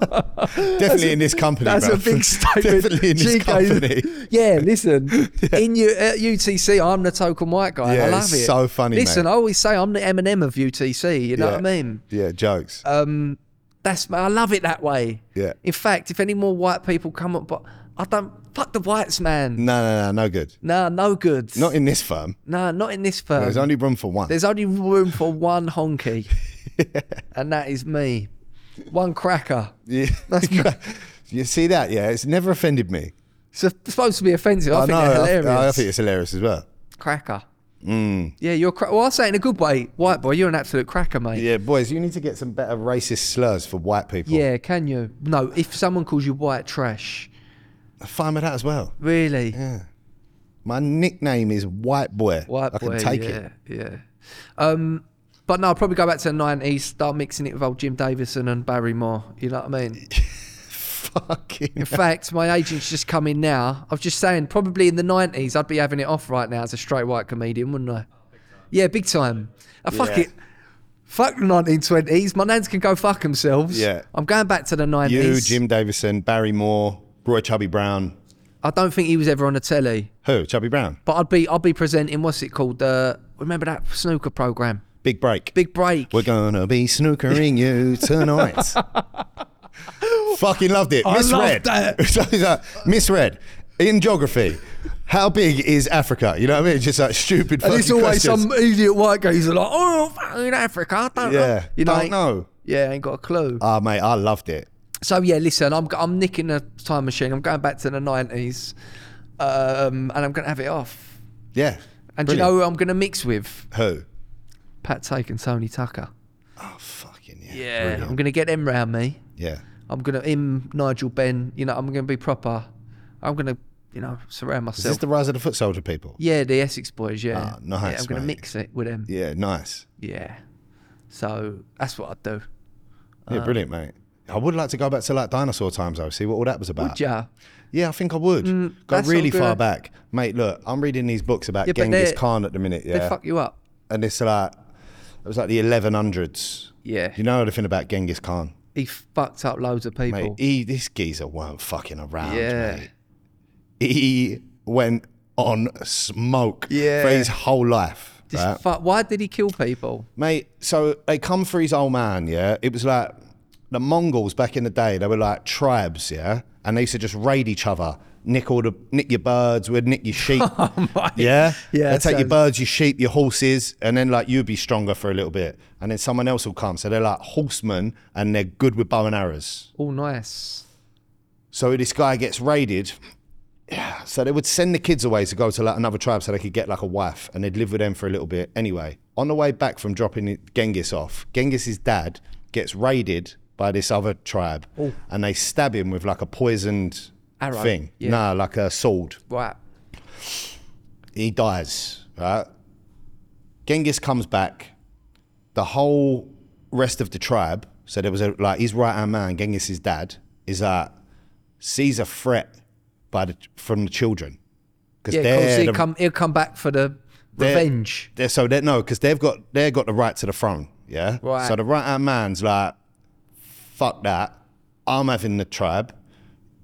Definitely in this company.
That's
bro.
a big statement.
Definitely in this
She goes-
company.
yeah, listen. In U- at UTC, I'm the token white guy. and
Yeah,
I love
it's
it.
so funny,
Listen,
mate.
I always say I'm the Eminem of UTC. You know what I
Yeah.
mean? Uh,
Yeah, jokes.
That's I love it that way.
Yeah.
In fact, if any more white people come up, but I don't fuck the whites, man.
no, no, no, no good.
Nah, no good.
Not in this firm.
nah, not in this firm.
There's only room for one.
There's only room for one honky, and that is me. One cracker.
Yeah. you see that? Yeah, it's never offended me.
It's supposed to be offensive. I, think
know,
they're
I-
hilarious.
I, think it's hilarious as well.
cracker.
Mm.
Yeah, you're. Cra- well, I say it in a good way, white boy. You're an absolute cracker, mate.
Yeah, boys, you need to get some better racist slurs for white people.
Yeah, can you? No, if someone calls you white trash,
fine with that as well.
really,
My nickname is White Boy.
white
I
boy.
can take
yeah,
it.
yeah. Um, but no, I'll probably go back to the '90s, start mixing it with old Jim Davison and Barry Moore. You know what I mean?
Fucking.
In fact, my agent's just come in now. I was just saying, probably in the '90s, I'd be having it off right now as a straight white comedian, wouldn't I? Yeah, big time. Uh, fuck
Yeah.
it. Fuck the 1920s. My nans can go fuck themselves.
Yeah.
I'm going back to the 90s.
You, Jim Davison, Barry Moore, Roy Chubby Brown.
I don't think he was ever on the telly,
Who? Chubby Brown.
but I'd be I'd be presenting what's it called? Uh, remember that snooker program,
Big break.
Big Break.
We're gonna be snookering you tonight. Fucking loved it.
I
Misread.
loved that.
So it's like, misread. In geography, how big is Africa? You know what I mean? Just like stupid
and
fucking
it's always
questions.
some idiot white guy who's like, "Oh, fucking Africa, I don't know."
Yeah.
you know,
Don't know.
Yeah, ain't got a clue.
Ah, mate, I loved it.
So yeah, listen, I'm I'm nicking a time machine. I'm going back to the nineties, um, and I'm gonna have it off.
Yeah.
And do you know
Brilliant.
who I'm gonna mix with?
who?
Pat Take and Tony Tucker.
Oh, fucking yeah.
Yeah,
Brilliant.
I'm gonna get them round me.
yeah.
I'm gonna him, Nigel, Ben. You know, I'm gonna be proper. I'm gonna, you know, surround
Is
myself.
this the rise of the foot soldier people?
yeah, the Essex boys. Yeah,
Ah, nice,
Yeah, I'm gonna
mate.
mix it with them. Yeah.
Yeah, nice.
So that's what I'd do.
Yeah,
Uh.
brilliant, mate. I would like to go back to like dinosaur times though, see what all that was about.
Would ya?
Yeah, I think I would. go
Mm, that's
really
not
far
good.
back. Mate, look, I'm reading these books about
Yeah, but
Genghis
they're-
Khan at the minute,
They
yeah.
fuck you up.
and it's like it was like the eleven hundreds.
Yeah.
You know everything about Genghis Khan.
He fucked up loads of people.
Mate, he this geezer weren't fucking around,
yeah.
mate. He went on smoke
Yeah.
for his whole life.
Just
right?
fuck. Why did he kill people?
Mate, so they come for his old man, yeah? It was like the Mongols back in the day, they were like tribes, yeah? And they used to just raid each other, nick all the nick your birds, we'd nick your sheep.
Yeah,
yeah? They'd take your
sounds-
birds, your sheep, your horses, and then like you'd be stronger for a little bit. And then someone else will come. So they're like horsemen and they're good with bow and arrows.
All nice.
So this guy gets raided. So they would send the kids away to go to like another tribe so they could get like a wife and they'd live with them for a little bit. Anyway, on the way back from dropping Genghis off, Genghis's dad gets raided by this other tribe and they stab him with like a poisoned
Oh. Arrow,
thing.
yeah.
Nah, like a sword.
Right.
He dies, right? Genghis comes back. The whole rest of the tribe, so there was a like his right hand man, Genghis's dad, is uh sees a threat by the from the children because
Yeah, because
they're,
he'll
the-
come. He'll come back for the
they're-
revenge.
They're, so they no, because they've got they've got the right to the throne. Yeah.
Right.
So the right hand man's like, fuck that. I'm having the tribe.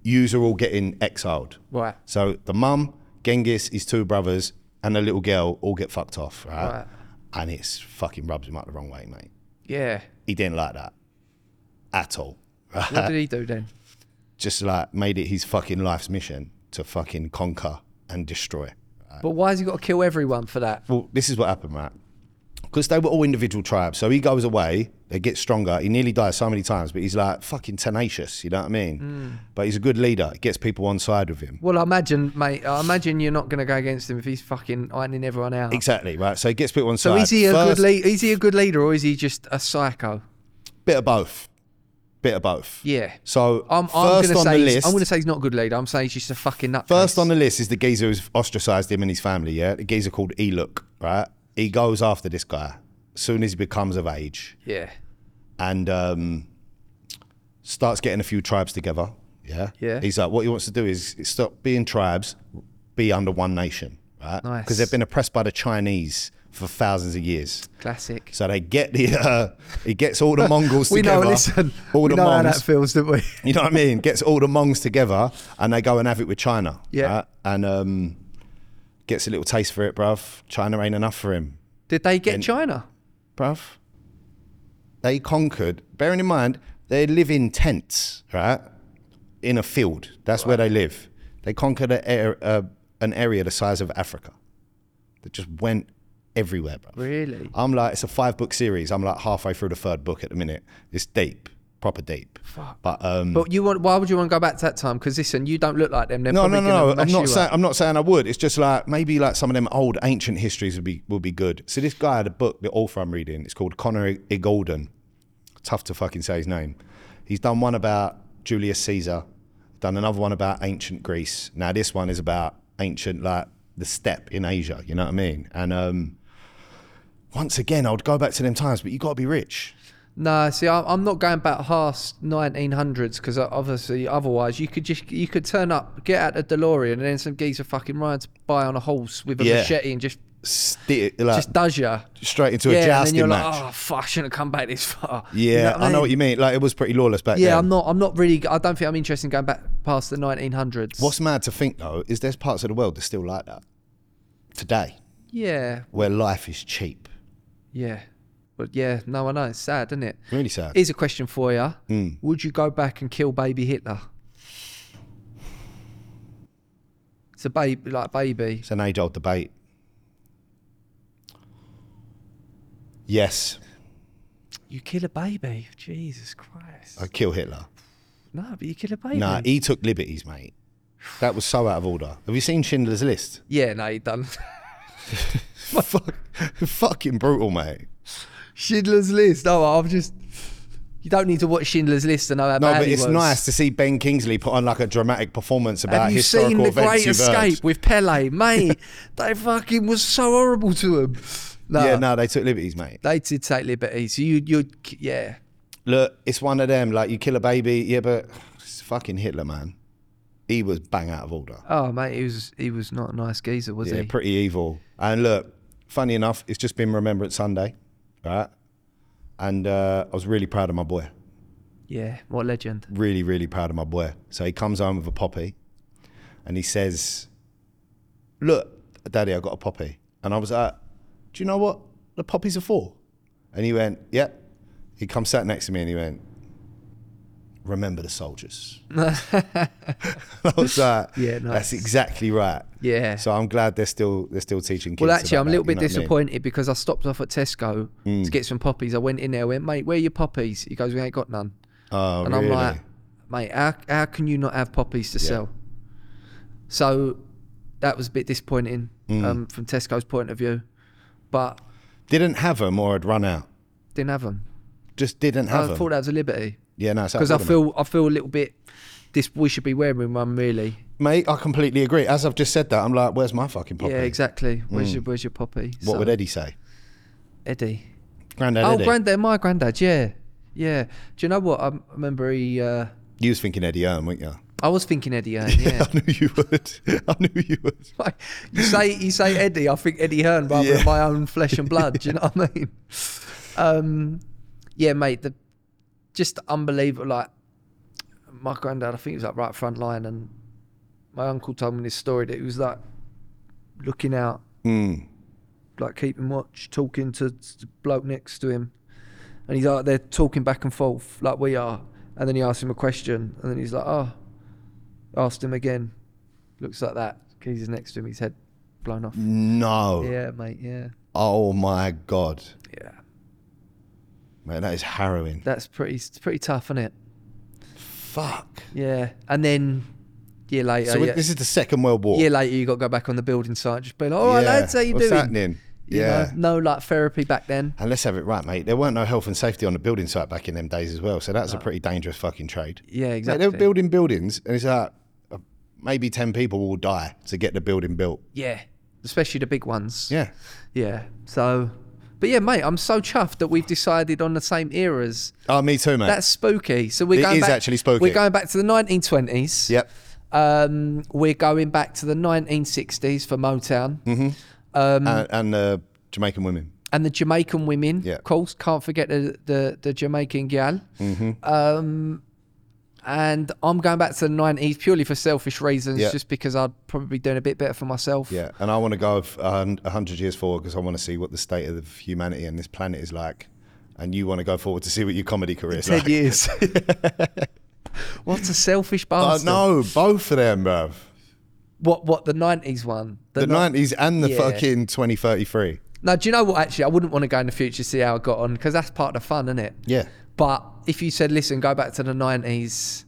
Yous are all getting exiled.
Right.
So the mum, Genghis, his two brothers, and the little girl all get fucked off, right?
Right.
And it's fucking rubs him up the wrong way, mate.
Yeah.
He didn't like that at all. Right?
What did he do then?
Just like made it his fucking life's mission to fucking conquer and destroy.
But why has he got to kill everyone for that?
Well, this is what happened, right? Because they were all individual tribes. So he goes away, they get stronger. He nearly dies so many times, but he's like fucking tenacious, you know what I mean?
Mm.
But he's a good leader, gets people on side with him.
Well, I imagine, mate. I imagine you're not going to go against him if he's fucking ironing everyone out.
Exactly, right? So he gets people on
So
side.
is he a
First-
good leader? Is he a good leader or is he just a psycho?
Bit of both. Bit of both.
Yeah.
So
I'm,
first
I'm gonna
on
say
the
he's-
list,
I'm going to say he's not a good leader. I'm saying he's just a fucking nut.
first on the list is the geezer who's ostracised him and his family. Yeah, the geezer called Elook. Right, he goes after this guy soon as he becomes of age
Yeah.
and um, starts getting a few tribes together. Yeah,
Yeah.
He's like, what he wants to do is stop being tribes, be under one nation. Right,
Nice.
because they've been oppressed by the Chinese for thousands of years.
Classic.
So they get the uh, he gets all the Mongols
We know.
together.
Listen.
all
we
the
know how
Mongols.
that feels, don't we?
You know what I mean? Gets all the Mongs together and they go and have it with China.
Yeah.
right? And um, gets a little taste for it, bruv. China ain't enough for him,
Did they get China?
bruv. They conquered, bearing in mind, they live in tents, right? In a field. That's where they live. They conquered a, air- uh, an area the size of Africa. They just went everywhere, bruv.
Really?
I'm like, it's a five book series. I'm like halfway through the third book at the minute. It's deep, proper deep. But um,
But you want? Why would you want to go back to that time? Because listen, you don't look like them. They're
No,
probably
no, no,
gonna
no. I'm
mess you
not
up.
saying I'm not saying I would. It's just like maybe like some of them old ancient histories would be would be good. So this guy had a book, the author I'm reading. It's called Connor Igolden. Tough to fucking say his name. He's done one about Julius Caesar. Done another one about ancient Greece. Now this one is about ancient like the steppe in Asia. You know what I mean? And um, once again, I would go back to them times, but you got to be rich.
No, see, I- I'm not going back past 1900s because obviously, otherwise, you could just you could turn up, get out the DeLorean, and then some geezer fucking rides by on a horse with a
Yeah.
machete and just
Sti- like,
just does ya.
straight into a
Yeah, and then
jousting
you're
match.
like, oh fuck, I shouldn't have come back this far. You
yeah, I, know
mean?
what you mean. Like it was pretty lawless back
Yeah,
then.
I'm not. I'm not really. I don't think I'm interested in going back past the 1900s.
What's mad to think though is there's parts of the world that's still like that today,
Yeah,
where life is cheap.
yeah, but yeah, no, I know it's sad, isn't it?
Really sad.
Here's a question for you:
Hmm.
Would you go back and kill baby Hitler? It's a baby, like baby.
It's an age-old debate. Yes,
You kill a baby, Jesus Christ!
I kill Hitler.
No, but you kill a baby.
Nah, he took liberties, mate. That was so out of order. Have you seen Schindler's List?
yeah, no, he done.
Fuck, fucking brutal, mate.
Schindler's List. No, I'm just. You don't need to watch Schindler's List to know how
No,
bad
but
he
it's
was.
nice to see Ben Kingsley put on like a dramatic performance about
Have you
historical
seen The
events.
Great
you've heard.
Escape with Pele? Mate, they fucking was so horrible to him. No,
Yeah, no, they took liberties, mate.
They did take liberties. You, you, yeah.
Look, it's one of them. Like you kill a baby, yeah, but it's fucking Hitler, man. He was bang out of order.
Oh, mate, he was he was not a nice geezer, was
Yeah,
he?
pretty evil. And look, funny enough, it's just been Remembrance Sunday, right? And uh, I was really proud of my boy.
yeah, what a legend.
really, really proud of my boy. So he comes home with a poppy and he says, Look, daddy, I got a poppy. And I was like, Do you know what the poppies are for? And he went, Yep. He come sat next to me and he went, Remember the soldiers. And I was like,
Yeah, nice.
That's exactly right.
Yeah.
So I'm glad they're still they're still teaching kids.
Well, actually,
about
I'm a little
that, you
bit
know what I mean? Mm.
disappointed because I stopped off at Tesco to get some poppies. I went in there, I went, mate, where are your poppies? He goes, we ain't got none.
Oh,
and
really?
I'm like, mate, how, how can you not have poppies to sell? So that was a bit disappointing
Mm.
um, from Tesco's point of view, but
didn't have them or had run out.
didn't have them.
Just didn't have
I
them.
thought that was a liberty
yeah, no, it's
because I
outrageous.
feel I feel a little bit. This we should be wearing one really.
Mate, I completely agree. As I've just said that, I'm like, where's my fucking poppy? Mm.
Yeah, exactly. Where's your Where's your poppy?
What would Eddie say?
Eddie?
Grandad
Oh,
Eddie.
granddad, my granddad. Yeah, yeah. Do you know what? I m- remember he. Uh,
you was thinking Eddie Earn, weren't you?
I was thinking Eddie Hearn. Yeah.
I knew you would. I knew you would.
you say you say Eddie. I think Eddie Hearn rather
Yeah.
than my own flesh and blood. Do you know what I mean? Um, yeah, mate. The just unbelievable. Like my granddad, I think he was like right front line, and my uncle told me this story that he was like looking out, like keeping watch, talking to the bloke next to him, and he's like they're talking back and forth like we are, and then he asked him a question, and then he's like, oh, asked him again, looks like that, keys is next to him, his head blown
Mm.
off.
No.
Yeah, mate. Yeah,
Oh my God.
yeah.
Man, that is harrowing.
That's pretty it's pretty tough, isn't it?
Fuck.
Yeah, and then. Yeah, later.
So
yeah.
this is the Second World War.
year later you got to go back on the building site and just be like, all right,
Yeah.
lads, how you
What's
doing?
happening?
You
yeah.
know, no like therapy back then.
And let's have it right, mate. There weren't no health and safety on the building site back in them days as well. So that's a pretty dangerous fucking trade.
Yeah,
Mate,
exactly.
they were building buildings, and it's like uh, maybe 10 people will die to get the building built.
yeah, especially the big ones.
Yeah.
yeah. So, but yeah, mate, I'm so chuffed that we've decided on the same eras.
Oh, me too, mate.
That's spooky. So we're
It
going
is
back,
actually spooky.
We're going back to the 1920s.
Yep.
Um, we're going back to the 1960s for Motown.
and, and uh, Jamaican women.
and the Jamaican women,
Yeah.
of course. Can't forget the the, the Jamaican gal.
Mm-hmm.
Um, and I'm going back to the 90s purely for selfish reasons,
Yeah.
just because I'd probably be doing a bit better for myself.
Yeah, and I want to go of a hun- a hundred years forward because I want to see what the state of humanity and this planet is like, and you want to go forward to see what your comedy career is
10
like.
years. what a selfish
I
bastard.
know Uh, both of them, bruv.
What, what, the 90s one?
The
ni-
nineties and the
Yeah.
fucking twenty thirty three.
No, do you know what? Actually, I wouldn't want to go in the future see how I got on because that's part of the fun, isn't it?
Yeah,
But if you said, listen, go back to the 90s.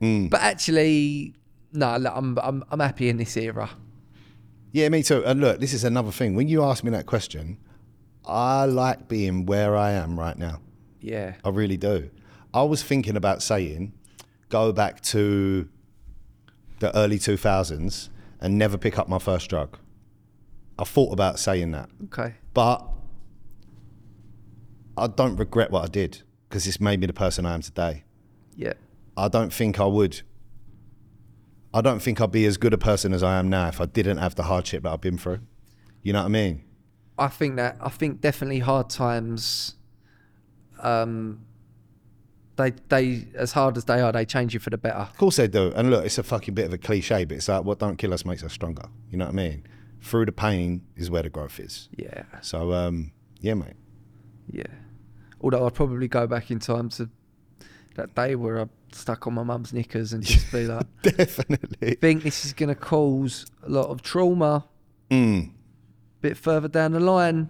Mm.
But actually, no, look, I'm, I'm, I'm happy in this era.
yeah, me too. And look, this is another thing. When you ask me that question, I like being where I am right now.
Yeah.
I really do. I was thinking about saying, go back to the early two thousands and never pick up my first drug. I thought about saying that.
Okay.
but I don't regret what I did because it's made me the person I am today.
Yeah.
I don't think I would. I don't think I'd be as good a person as I am now if I didn't have the hardship that I've been through. You know what I mean?
I think that I think definitely hard times um they they as hard as they are, they change you for the better.
Of course they do. And look, it's a fucking bit of a cliche, but it's like what don't kill us makes us stronger. You know what I mean? Through the pain is where the growth is.
Yeah.
So um, yeah, mate.
Yeah. Although I'd probably go back in time to that day where I stuck on my mum's knickers and just be like
Definitely.
think this is gonna cause a lot of trauma. Bit further down the line.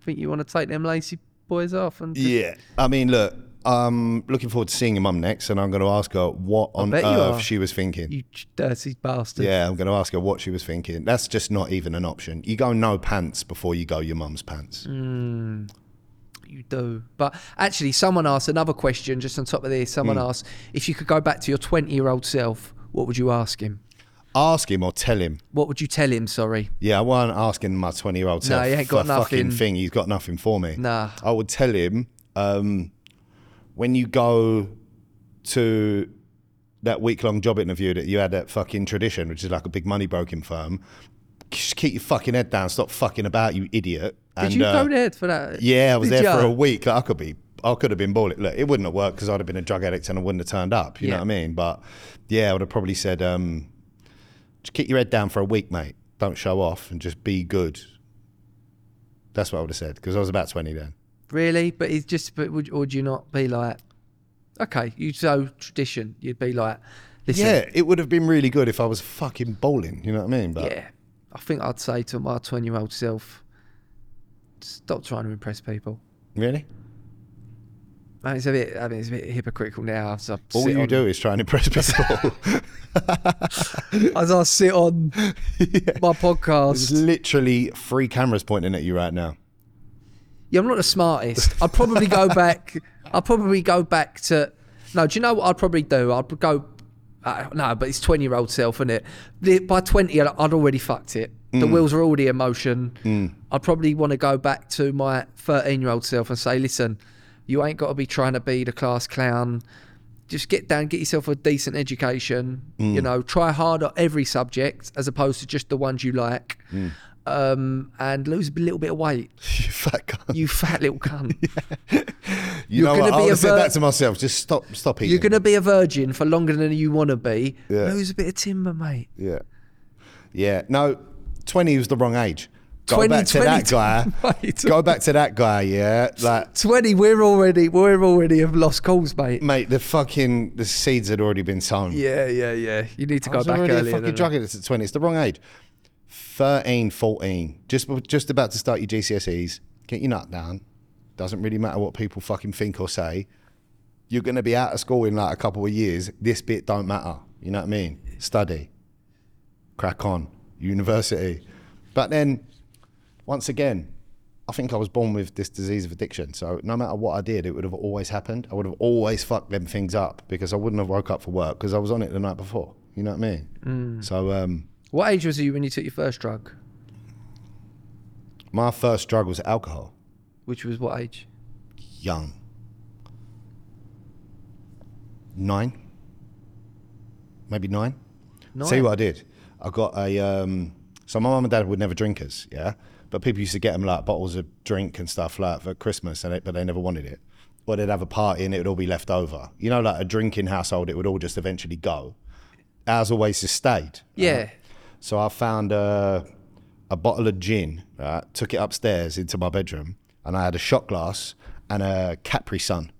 Think you wanna take them lacy boys off and just-
Yeah. I mean, look, um, looking forward to seeing your mum next, and I'm going to ask her what on
bet you
earth
are.
she was thinking.
You ch- dirty bastard.
yeah, I'm going to ask her what she was thinking. That's just not even an option. You go no pants before you go your mum's pants.
Mm. You do. But actually, someone asked another question just on top of this. Someone
Hmm.
asked if you could go back to your 20 year old self, what would you ask him?
Ask him or tell him.
What would you tell him? Sorry.
Yeah, I wasn't asking my 20 year old self
he ain't got
for a fucking
nothing.
thing. He's got nothing for me.
Nah.
I would tell him um, when you go to that week long job interview that you had at fucking Tradition, which is like a big money broking firm, just keep your fucking head down. Stop fucking about, you idiot. uh,
Did you go there for that?
Yeah, I was
Did
there
ya?
for a week. Like, I could be, I could have been balling. Look, it wouldn't have worked because I'd have been a drug addict and I wouldn't have turned up. You
Yeah.
know what I mean? But yeah, I would have probably said, um, just keep your head down for a week, mate. Don't show off and just be good. That's what I would have said because I was about twenty then.
Really? But it's just, but would, or would you not be like, okay, you so tradition, you'd be like, listen,
Yeah, it would have been really good if I was fucking bowling. You know what I mean? But
yeah, I think I'd say to my 20 year old self, stop trying to impress people.
really,
And it's a bit, I mean, it's a bit hypocritical now. As I
all
sit
you
on-
do is try and impress people.
as I sit on my podcast.
There's literally three cameras pointing at you right now.
Yeah, I'm not the smartest. I'd probably go back. I'd probably go back to. No, do you know what I'd probably do? I'd go. Uh, no, but it's 20 year old self, isn't it? The- By 20, I'd, I'd already fucked it. The wheels are already in motion. I'd probably want to go back to my 13 year old self and say, listen, you ain't got to be trying to be the class clown. Just get down, get yourself a decent education. You know, try hard at every subject as opposed to just the ones you like. Um, and lose a little bit of weight
you fat cunt.
you fat little cunt.
You know
gonna
what? I
be
would
a
have said
ver-
that to myself. Just stop, stop eating.
You're going to be a virgin for longer than you want to be.
Yeah.
Lose a bit of timber, mate.
Yeah. Yeah. No, 20 was the wrong age. Go
20,
back to
20,
that guy.
mate.
Go back to that guy, yeah. Like,
20, we're already, we're already have lost calls, mate.
mate, the fucking, the seeds had already been sown.
Yeah, yeah, yeah. You need to
I
go
was
back
already
earlier.
a fucking
than
drug
that.
addict at 20. It's the wrong age. 13, 14. Just, just about to start your GCSEs. Get your nut down. Doesn't really matter what people fucking think or say. You're going to be out of school in like a couple of years. This bit don't matter. You know what I mean? Study. Crack on. University. But then, once again, I think I was born with this disease of addiction. So no matter what I did, it would have always happened. I would have always fucked them things up because I wouldn't have woke up for work because I was on it the night before. You know what I mean? So um,
What age was you when you took your first drug?
my first drug was alcohol.
Which was what age?
Young. Nine. Maybe nine.
Nine.
See what I did? I got a. Um, so my mum and dad were never drinkers, yeah. But people used to get them like bottles of drink and stuff like for Christmas, and it, but they never wanted it. Or they'd have a party and it would all be left over. You know, like a drinking household, it would all just eventually go. Ours always just stayed.
Yeah.
So I found a, a bottle of gin, right? took it upstairs into my bedroom, and I had a shot glass and a Capri Sun.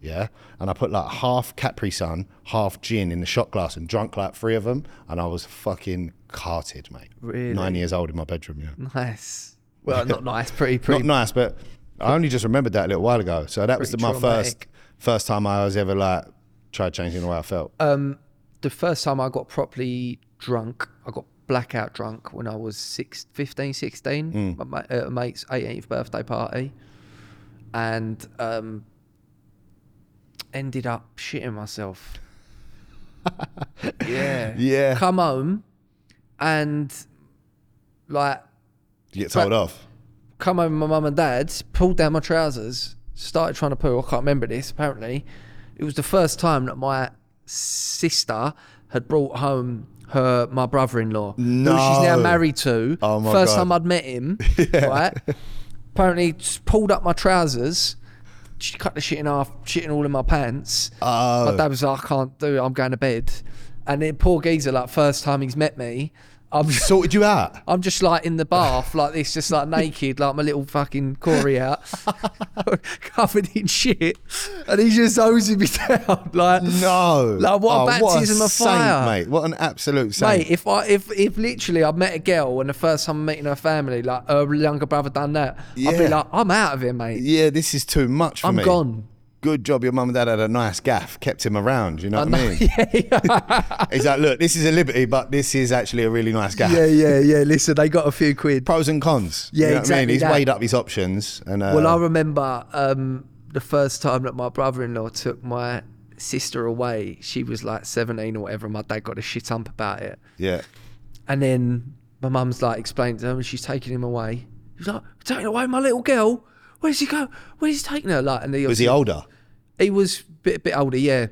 Yeah. And I put like half Capri Sun, half gin in the shot glass and drunk like three of them. And I was fucking carted, mate.
Really?
Nine years old in my bedroom. Yeah.
Nice. Well, not nice. Pretty, pretty.
Not nice, but I only just remembered that a little while ago. So that was
Pretty
my
traumatic.
first first time I was ever like tried changing the way I felt.
Uh, the first time I got properly drunk, I got blackout drunk when I was six, 15, 16, at my at a mate's 18th birthday party. And um, ended up shitting myself. yeah.
yeah.
Come home and like
you get told
but-
off.
come over my mum and dad's, pulled down my trousers, started trying to poo. I can't remember this. Apparently, it was the first time that my sister had brought home her my brother-in-law, who she's now
No.
married to.
Oh my
first
God.
time I'd met him, right? Apparently, just pulled up my trousers. She cut the shit in half, shitting all in my pants.
Oh.
My dad was like, I can't do it, I'm going to bed. And then poor geezer, like, first time he's met me, I'm
Sorted you out.
I'm just like in the bath, like this, just like naked, like my little fucking Corey out, covered in shit, and he's just hosing me down. Like
No. Oh,
like Oh, what a baptism
a
of
saint,
fire,
mate. What an absolute saint.
Mate, if I if if literally I met a girl and the first time I'm meeting her family, like her younger brother done that, I'd be
Yeah.
like, I'm out of here, mate.
yeah, this is too much for
I'm
me.
gone.
good job your mum and dad had a nice gaff, kept him around. You know what I mean?
yeah,
He's like, look, this is a liberty, but this is actually a really nice gaff.
yeah, yeah, yeah. Listen, they got a few quid.
Pros and cons.
Yeah,
you know What I mean?
exactly
He's
that.
weighed up his options, and uh,
Well, I remember um, the first time that my brother-in-law took my sister away. She was like 17 or whatever, and my dad got a shit hump about it.
yeah,
And then my mum's like explained to him, and she's taking him away. He's like, taking away my little girl. Where's he go? Where's he taking her? Like, and he
was he
obviously-
older?
He was a bit, bit older, yeah.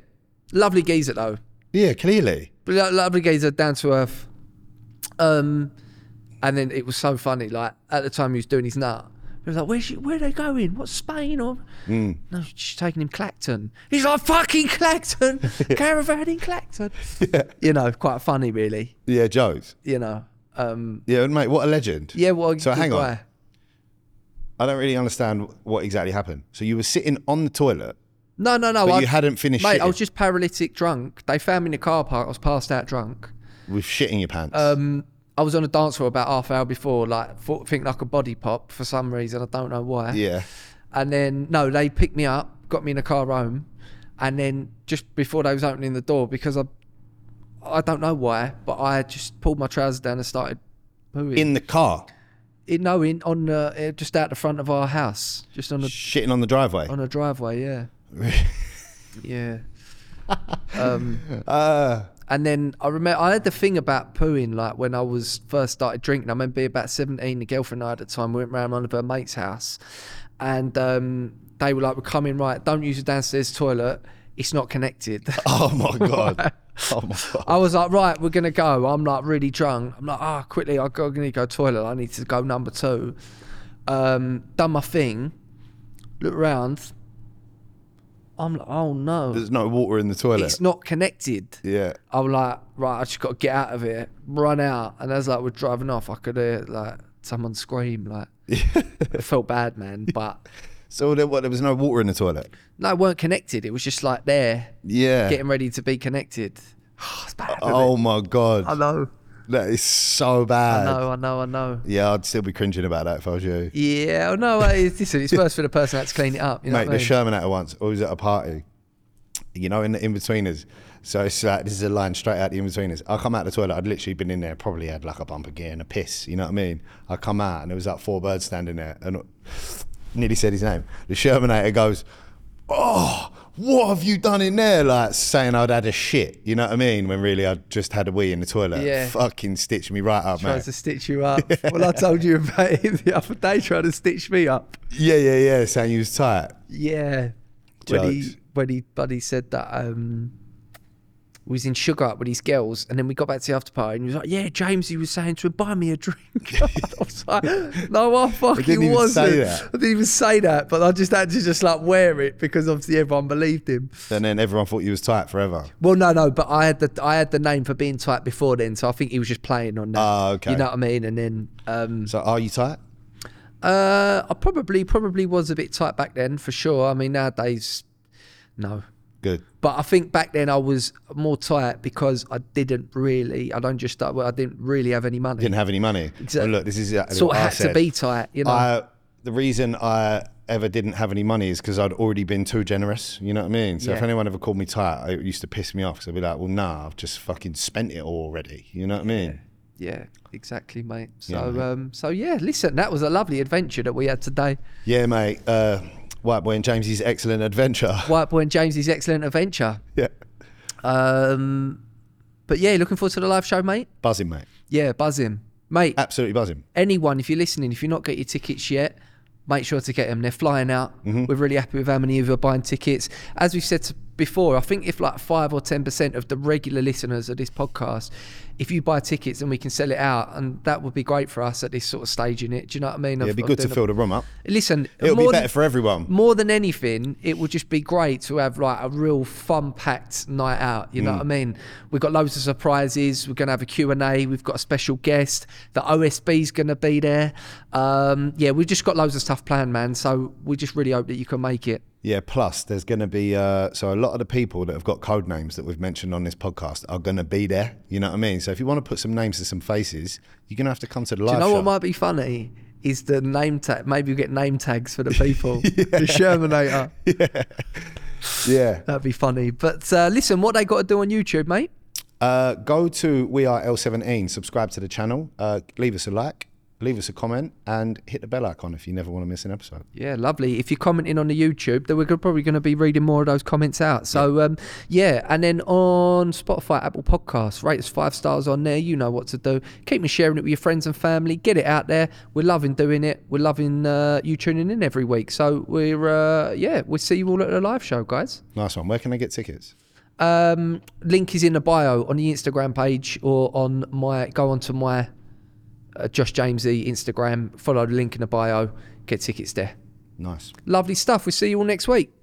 Lovely geezer though.
Yeah, clearly.
But lo- lovely geezer, down to earth. Um, and then it was so funny. Like at the time, he was doing his nut. He was like, "Where's she? Where are they going? What's Spain or?"
Hmm.
No, she's taking him Clacton. He's like, "Fucking Clacton, caravan in Clacton." You know, quite funny, really.
Yeah, Joe's.
You know, um,
Yeah, mate, what a legend.
yeah. Well,
So
good
hang on.
guy.
I don't really understand what exactly happened. So you were sitting on the toilet,
No, no, no.
but
I,
you hadn't finished
Mate,
shitting,
I was just paralytic, drunk. They found me in the car park. I was passed out, drunk.
with shit in your pants.
um, I was on a dance floor about half hour before, like thought, thinking I could body pop for some reason. I don't know why.
yeah.
And then no, they picked me up, got me in a car home, and then just before they was opening the door, because I, I don't know why, but I just pulled my trousers down and started pooing. In,
In the car,
no, in on the eh, just out the front of our house, just on a
shitting on the driveway.
on a driveway. Yeah, yeah. Um,
uh,
And then I remember I had the thing about pooing, like when I was first started drinking. I remember being about 17, the girlfriend I had at the time, we went round one of her mates' house. And um, they were like, we're coming right, don't use the downstairs toilet. It's not connected.
oh my god. Oh my god.
I was like, right, we're going to go. I'm like really drunk. I'm like, ah, quickly, I go- I need to go toilet. I need to go number two. Um, done my thing. Look round. I'm like, oh no.
There's no water in the toilet.
It's not connected.
yeah.
I'm like, right, I just got to get out of here, run out. And as like we're driving off, I could hear like someone scream. Like, I felt bad, man. But
So there, what, there was no water in the toilet.
no, it weren't connected. It was just like there,
Yeah.
getting ready to be connected. it's bad. isn't it?
oh my
I
god.
know,
That is so
I
bad.
know, I know, I know.
Yeah, I'd still be cringing about that if I was you.
Yeah, I know. It's, listen, it's worse for the person that's clean it up. You know
Mate,
what I
the
mean?
Sherman at once, always at a party, you know, in the in betweeners. So it's like, this is a line straight out the in betweeners. I come out the toilet, I'd literally been in there, probably had like a bumper gear and a piss, you know what I mean? I come out and there was like four birds standing there and nearly said his name. The Shermanator goes, Oh, what have you done in there? Like saying I'd had a shit, you know what I mean? When really I'd just had a wee in the toilet.
Yeah.
Fucking stitched me right up,
Tries
mate.
to stitch you up. well, I told you about it the other day, trying to stitch me up.
Yeah, yeah, yeah, saying you was tight.
Yeah. When he
Jokes.
when he buddy said that um we was in sugar up with his girls and then we got back to the after party and he was like, Yeah, James he was saying to him, buy me a drink. I was like, No, I fucking
didn't even
wasn't.
say that.
I didn't even say that, but I just had to just like wear it because obviously everyone believed him.
And then everyone thought you was tight forever.
Well no no, but I had the I had the name for being tight before then, so I think he was just playing on that.
Ah, okay.
You know what I mean? And then um
So are you tight?
uh I probably probably was a bit tight back then for sure. I mean nowadays no.
Good.
But I think back then I was more tight because I didn't really, I don't just, well, I didn't really have any money.
didn't have any money.
Exact-
Well, look, this is exactly
sort
what
of
I
had to
said.
be tight, you know.
I, the reason I ever didn't have any money is because I'd already been too generous. You know what I mean? So if
Yeah.
anyone ever called me tight, it used to piss me off. Cause I'd be like, well, nah, I've just fucking spent it all already. You know what I mean?
yeah, exactly, mate. So,
Yeah, mate.
um, so yeah, listen, that was a lovely adventure that we had today.
Yeah, mate. Uh, White boy and James's excellent adventure.
White Boy and James's excellent adventure.
yeah,
Um, but yeah, looking forward to the live show, mate.
buzzing, mate.
Yeah, buzz him. Mate,
Absolutely buzzing.
anyone, if you're listening, if you're not getting your tickets yet, make sure to get them. They're flying out.
Mm-hmm.
We're really happy with how many of you are buying tickets. As we've said to- before, I think if like five or ten percent of the regular listeners of this podcast, if you buy tickets, then we can sell it out, and that would be great for us at this sort of stage in it. Do you know what I mean?
Yeah, it'd be good to fill the room up.
Listen,
It'll be
more
better
than-
for everyone.
more than anything, it would just be great to have like a real fun-packed night out.
Mm.
You know what I mean? We've got loads of surprises. We're going to have a Q&A. We've got a special guest. The OSB's going to be there. Um, yeah, we've just got loads of stuff planned, man. So we just really hope that you can make it.
Yeah, plus there's going to be uh, so a lot of the people that have got code names that we've mentioned on this podcast are going to be there. You know what I mean? So if you want to put some names to some faces, you're going to have to come to the
Do
live
you know
show.
what might be funny? Is the name tag? Maybe we get name tags for the people. The Shermanator.
Yeah.
That'd be funny. But uh, listen, what they got to do on YouTube, mate?
Uh, go to We Are L17, subscribe to the channel, uh, leave us a like, leave us a comment, and hit the bell icon if you never want to miss an episode.
Yeah, lovely. If you're commenting on the YouTube, then we're go- probably going to be reading more of those comments out. So, um, yeah, and then on Spotify, Apple Podcasts, rate us five stars on there. You know what to do. Keep me sharing it with your friends and family. Get it out there. We're loving doing it. We're loving uh, you tuning in every week. So we're uh, yeah, we'll see you all at the live show, guys.
Nice one. Where can I get tickets?
Um, link is in the bio on the Instagram page or on my go onto my uh, Josh Jamesy Instagram. Follow the link in the bio. Get tickets there.
Nice.
Lovely stuff. We'll see you all next week.